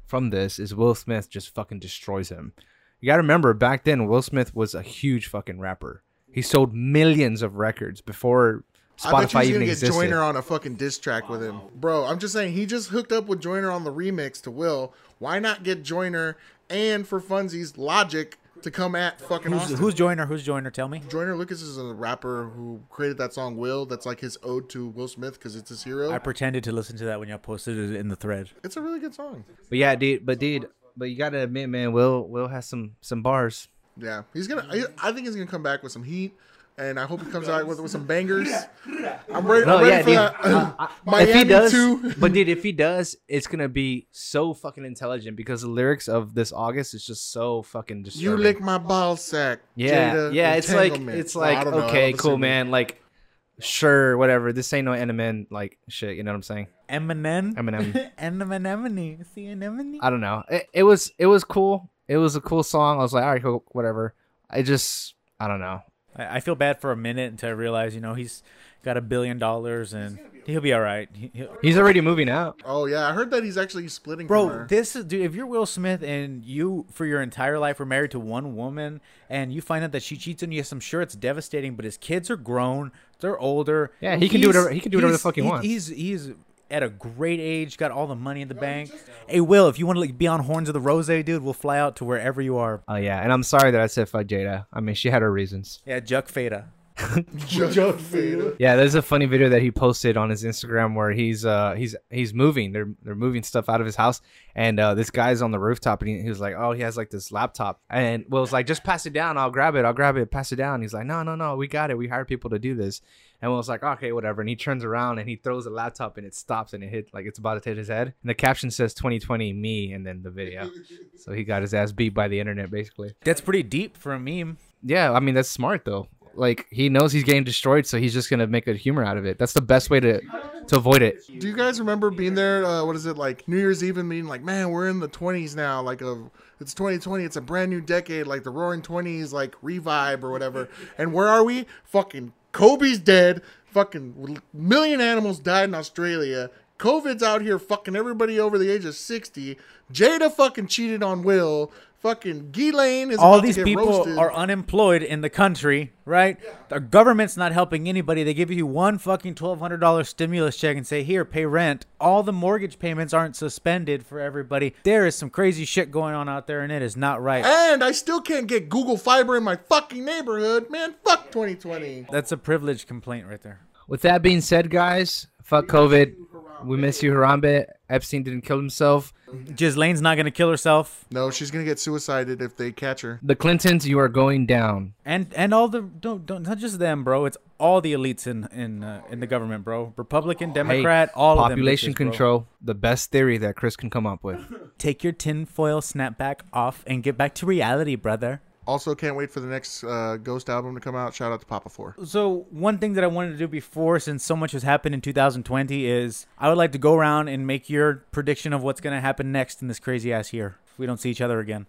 S3: from this is Will Smith just fucking destroys him. You got to remember back then Will Smith was a huge fucking rapper. He sold millions of records before
S5: I bet you
S3: Spotify
S5: he's
S3: even
S5: gonna get
S3: existed.
S5: Joyner on a fucking diss track with him, bro. I'm just saying he just hooked up with Joyner on the remix to Will. Why not get Joyner and for funsies Logic to come at fucking
S6: Who's,
S5: Austin?
S6: who's Joyner? Who's Joyner? Tell me.
S5: Joyner Lucas is a rapper who created that song Will. That's like his ode to Will Smith because it's his hero.
S6: I pretended to listen to that when y'all posted it in the thread.
S5: it's a really good song.
S3: But yeah, dude. But dude. But you got to admit, man, Will Will has some some bars.
S5: Yeah, he's gonna. I, I think he's gonna come back with some heat, and I hope he comes out with, with some bangers. I'm ready.
S3: No,
S5: I'm ready
S3: yeah,
S5: for
S3: dude.
S5: that.
S3: Uh,
S5: [LAUGHS]
S3: uh,
S5: [CLEARS THROAT] Miami
S3: if he does,
S5: too. [LAUGHS]
S3: but dude, if he does, it's gonna be so fucking intelligent because the lyrics of this August is just so fucking disturbing.
S5: You lick my ball sack.
S3: Yeah,
S5: Jada,
S3: yeah. It's like
S5: entanglement.
S3: it's
S5: Well, I
S3: like
S5: don't know, I don't
S3: okay,
S5: listen
S3: cool,
S5: to-
S3: man. Like, sure, whatever. This ain't no Eminem like shit. You know what I'm saying?
S6: Eminem.
S3: Eminem.
S6: [LAUGHS] And the anemone. See anemone.
S3: I don't know. It, it was it was cool. It was a cool song. I was like, all right, cool, whatever. I just I don't know.
S6: I, I feel bad for a minute until I realize, you know, he's got a billion dollars and he'll be all right. He- he'll-
S3: He's already moving out.
S5: Oh yeah, I heard that he's actually splitting. from
S6: Bro, [LAUGHS]
S5: her.
S6: this is dude. If you're Will Smith and you for your entire life were married to one woman, and you find out that she cheats on you, yes, I'm sure it's devastating. But his kids are grown; they're older.
S3: Yeah, he can do
S6: He's-
S3: whatever- he can do whatever the
S6: he's-
S3: fuck he wants.
S6: He's he's at a great age, got all the money in the bank. Hey, Will, if you want to like, be on Horns of the Rose, dude, we'll fly out to wherever you are.
S3: Oh yeah, and I'm sorry that I said fuck Jada. I mean, she had her reasons.
S6: Yeah, Juck Feta.
S5: Judd Feta.
S3: Yeah, there's a funny video that he posted on his Instagram where he's uh he's he's moving. They're they're moving stuff out of his house, and uh, this guy's on the rooftop, and he, he was like, "Oh, he has like this laptop," and Will's like, "Just pass it down. I'll grab it. I'll grab it. Pass it down." He's like, "No, no, no. We got it. We hired people to do this." And Will's like, "Okay, whatever." And he turns around and he throws the laptop, and it stops, and it hit like it's about to hit his head. And the caption says "2020 me," and then the video. so he got his ass beat by the internet, basically.
S6: That's pretty deep for a meme.
S3: Yeah, I mean that's smart though. Like he knows he's getting destroyed, so he's just gonna make a humor out of it. That's the best way to to avoid it.
S5: Do you guys remember being there? Uh, what is it like New Year's Eve and being like, man, we're in the 20s now. Like, a, it's 2020. It's a brand new decade. Like the Roaring 20s, like revive or whatever. And where are we? Fucking Kobe's dead. Fucking million animals died in Australia. COVID's out here fucking everybody over the age of 60. Jada fucking cheated on Will. Fucking Ghislaine is
S6: all
S5: about
S6: these
S5: to get
S6: people
S5: roasted.
S6: are unemployed in the country, right? The government's not helping anybody. They give you one fucking twelve hundred dollar stimulus check and say, "Here, pay rent." All the mortgage payments aren't suspended for everybody. There is some crazy shit going on out there, and it is not right.
S5: And I still can't get Google Fiber in my fucking neighborhood. Man, fuck 2020.
S6: That's a privilege complaint right there.
S3: With that being said, guys, fuck COVID. We miss you, Harambe. Epstein didn't kill himself.
S6: Gislaine's not gonna kill herself,
S5: No, she's gonna get suicided if they catch her.
S3: The Clintons, you are going down.
S6: and and all the don't don't not just them, bro. It's all the elites in in uh, in the government, bro. Republican,
S3: Hey,
S6: Democrat, all of them.
S3: population
S6: bitches, bro.
S3: control. The best theory that Chris can come up with.
S6: Take your tinfoil snapback off and get back to reality, brother.
S5: Also, can't wait for the next uh, Ghost album to come out. Shout out to Papa Four.
S6: So one thing that I wanted to do before, since so much has happened in 2020, is I would like to go around and make your prediction of what's going to happen next in this crazy ass year. If we don't see each other again,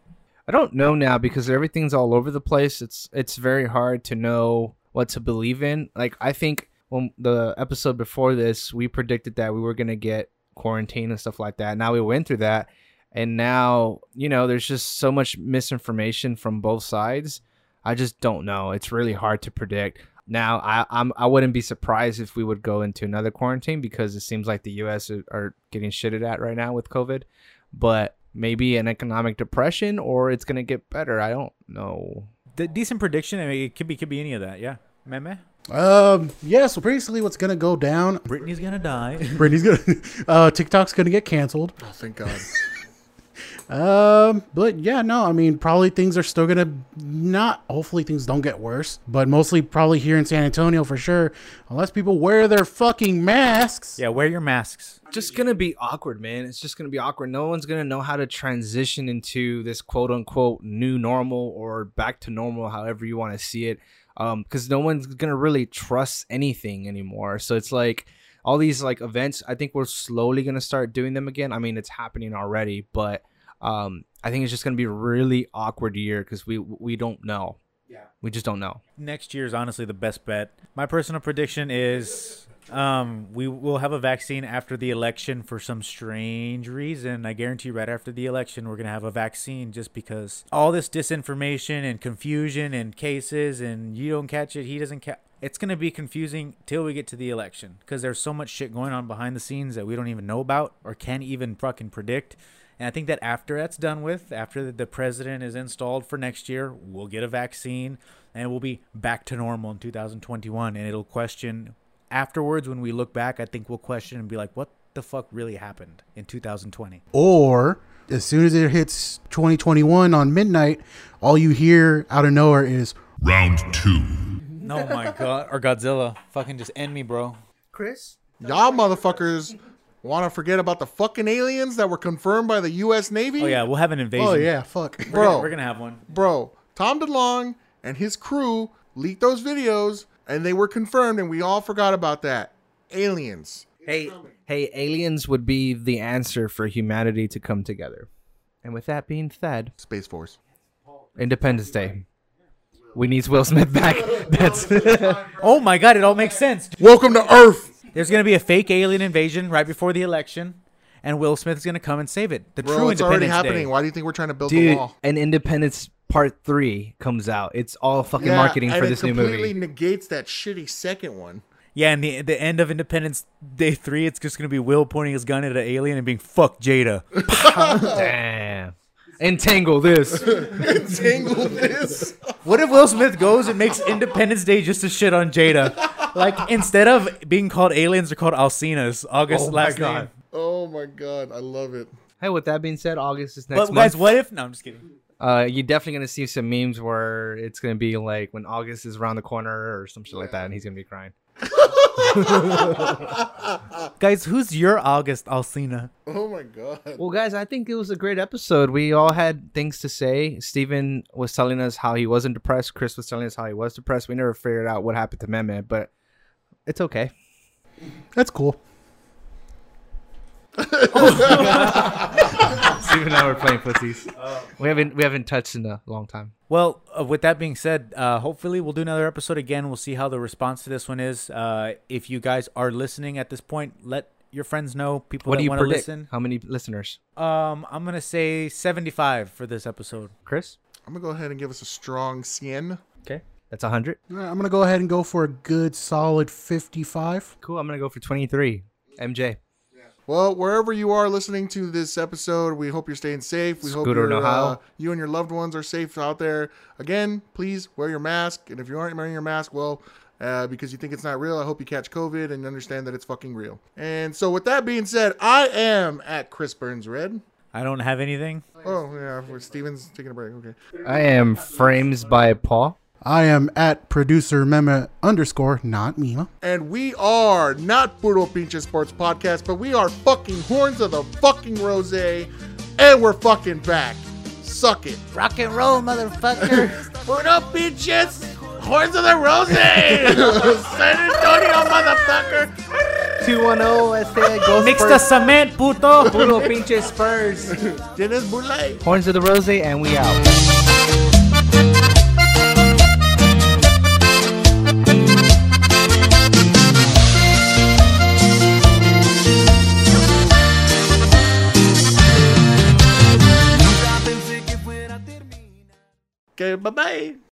S3: I don't know now because everything's all over the place. It's it's very hard to know what to believe in. Like I think when the episode before this, we predicted that we were gonna get quarantine and stuff like that. Now we went through that, and now you know there's just so much misinformation from both sides. I just don't know. It's really hard to predict. Now I I'm, I wouldn't be surprised if we would go into another quarantine because it seems like the U.S. are- are getting shitted at right now with COVID but maybe an economic depression or it's gonna get better. I don't know.
S6: the decent prediction. I mean, it could be could be any of that. Yeah, meme.
S7: Um, yeah, so basically what's going to go down,
S6: Britney's gonna die.
S7: Brittany's going to, [LAUGHS] uh, TikTok's going to get canceled.
S5: Oh, thank God.
S7: Um, but yeah, no, I mean, probably things are still gonna not. Hopefully, things don't get worse, but mostly probably here in San Antonio for sure, unless people wear their fucking masks.
S6: [LAUGHS] Yeah, wear your masks.
S3: Just gonna be awkward, man. It's just gonna be awkward. No one's gonna know how to transition into this quote unquote new normal or back to normal, however you want to see it. Um, because no one's gonna really trust anything anymore. So it's like all these like events. I think we're slowly gonna start doing them again. I mean, it's happening already, but um, I think it's just gonna be a really awkward year because we we don't know. Yeah. We just don't know.
S6: Next year is honestly the best bet. My personal prediction is um, we will have a vaccine after the election for some strange reason. I guarantee right after the election, we're going to have a vaccine just because all this disinformation and confusion and cases and you don't catch it, he doesn't catch it's going to be confusing till we get to the election because there's so much shit going on behind the scenes that we don't even know about or can't even fucking predict. And I think that after that's done with, after the president is installed for next year, we'll get a vaccine and we'll be back to normal in 2021. And it'll question afterwards when we look back, I think we'll question and be like, what the fuck really happened in 2020?
S7: Or as soon as it hits 2021 on midnight, all you hear out of nowhere is round two.
S6: No, Oh my God. Or Godzilla. Fucking just end me, bro.
S3: Chris?
S5: Y'all motherfuckers want to forget about the fucking aliens that were confirmed by the U.S. Navy?
S6: Oh, yeah, we'll have an invasion.
S5: Oh, yeah, fuck.
S6: We're
S5: Bro,
S6: gonna- we're going to have one.
S5: bro, Tom DeLong and his crew leaked those videos and they were confirmed and we all forgot about that. Aliens.
S3: Hey, hey, aliens would be the answer for humanity to come together. And with that being said,
S5: Space Force,
S3: Independence Day. We need Will Smith
S5: [LAUGHS]
S3: back. That's
S6: Oh my god, it all makes sense.
S5: Welcome to Earth.
S6: There's gonna be a fake alien invasion right before the election, and Will Smith's gonna come and save it. The
S5: Bro,
S6: true
S5: it's already
S6: Independence
S5: happening.
S6: Day.
S5: Why do you think we're trying to build the
S3: dude.
S5: wall?
S3: And Independence Part Three comes out. It's all fucking
S5: Yeah,
S3: marketing
S5: and
S3: for
S5: it
S3: this new
S5: completely
S3: movie.
S5: negates that shitty second one.
S6: Yeah, and the the end of Independence Day three, it's just gonna be Will pointing his gun at an alien and being fuck Jada.
S3: Damn. Entangle this.
S5: [LAUGHS] Tangle this.
S6: what if Will Smith goes and makes Independence Day just to shit on Jada? Like instead of being called aliens, they're called Alcinas. August
S3: Oh my
S6: last
S3: God.
S6: name.
S5: Oh my god, I love it.
S3: Hey, with that being said, August is next
S6: But
S3: month.
S6: guys, what if? No, I'm just kidding.
S3: uh, you're definitely gonna see some memes where it's gonna be like when August is around the corner or some shit like that, and he's gonna be crying.
S6: Guys, who's your August Alcina?
S5: Oh my god.
S3: Well, guys, I think it was a great episode. We all had things to say. Steven was telling us how he wasn't depressed. Chris was telling us how he was depressed. We never figured out what happened to Mehmet, but it's okay.
S7: That's cool.
S3: Steven and I were playing
S6: [LAUGHS]
S3: pussies.
S6: Oh.
S3: We haven't we haven't touched in a long time.
S6: Well, uh, with that being said, uh, hopefully we'll do another episode again. We'll see how the response to this one is. Uh, if you guys are listening at this point, let your friends know. People
S3: What
S6: that
S3: do you
S6: want to
S3: predict?
S6: listen.
S3: How many listeners?
S6: Um, I'm gonna say 75 for this episode.
S3: Chris?
S5: I'm gonna go ahead and give us a strong CN.
S3: Okay. That's 100.
S6: Mm.
S7: I'm gonna go ahead and go for a good solid 55.
S3: Cool. I'm going to go for 23. MJ.
S5: Well, wherever you are listening to this episode, we hope you're staying safe. We hope
S3: Scooter
S5: you're,
S3: know how.
S5: uh, you and your loved ones are safe out there. Again, please wear your mask. And if you aren't wearing your mask, well, uh, because you think it's not real, I hope you catch COVID and understand that it's fucking real. And so, with that being said, I am at Chris Burns Red.
S6: I don't have anything.
S5: Oh, yeah, we're- Steven's taking a break. Okay.
S3: I am Frames by Paul.
S7: I am at producer Mema underscore not Mima.
S5: And we are not Burro Pinche Sports Podcast, but we are fucking Horns of the fucking Rose. And we're fucking back. Suck it.
S4: Rock and roll, motherfucker. Puro pinches. Horns of the Rose. [LAUGHS] San Antonio, motherfucker.
S3: 210 este Ghost
S6: Mix the cement, puto.
S3: Puro pinche
S6: [LAUGHS]
S3: Spurs.
S5: Dennis Boulay.
S3: Horns of the Rose, and we out.
S5: Okay, bye bye.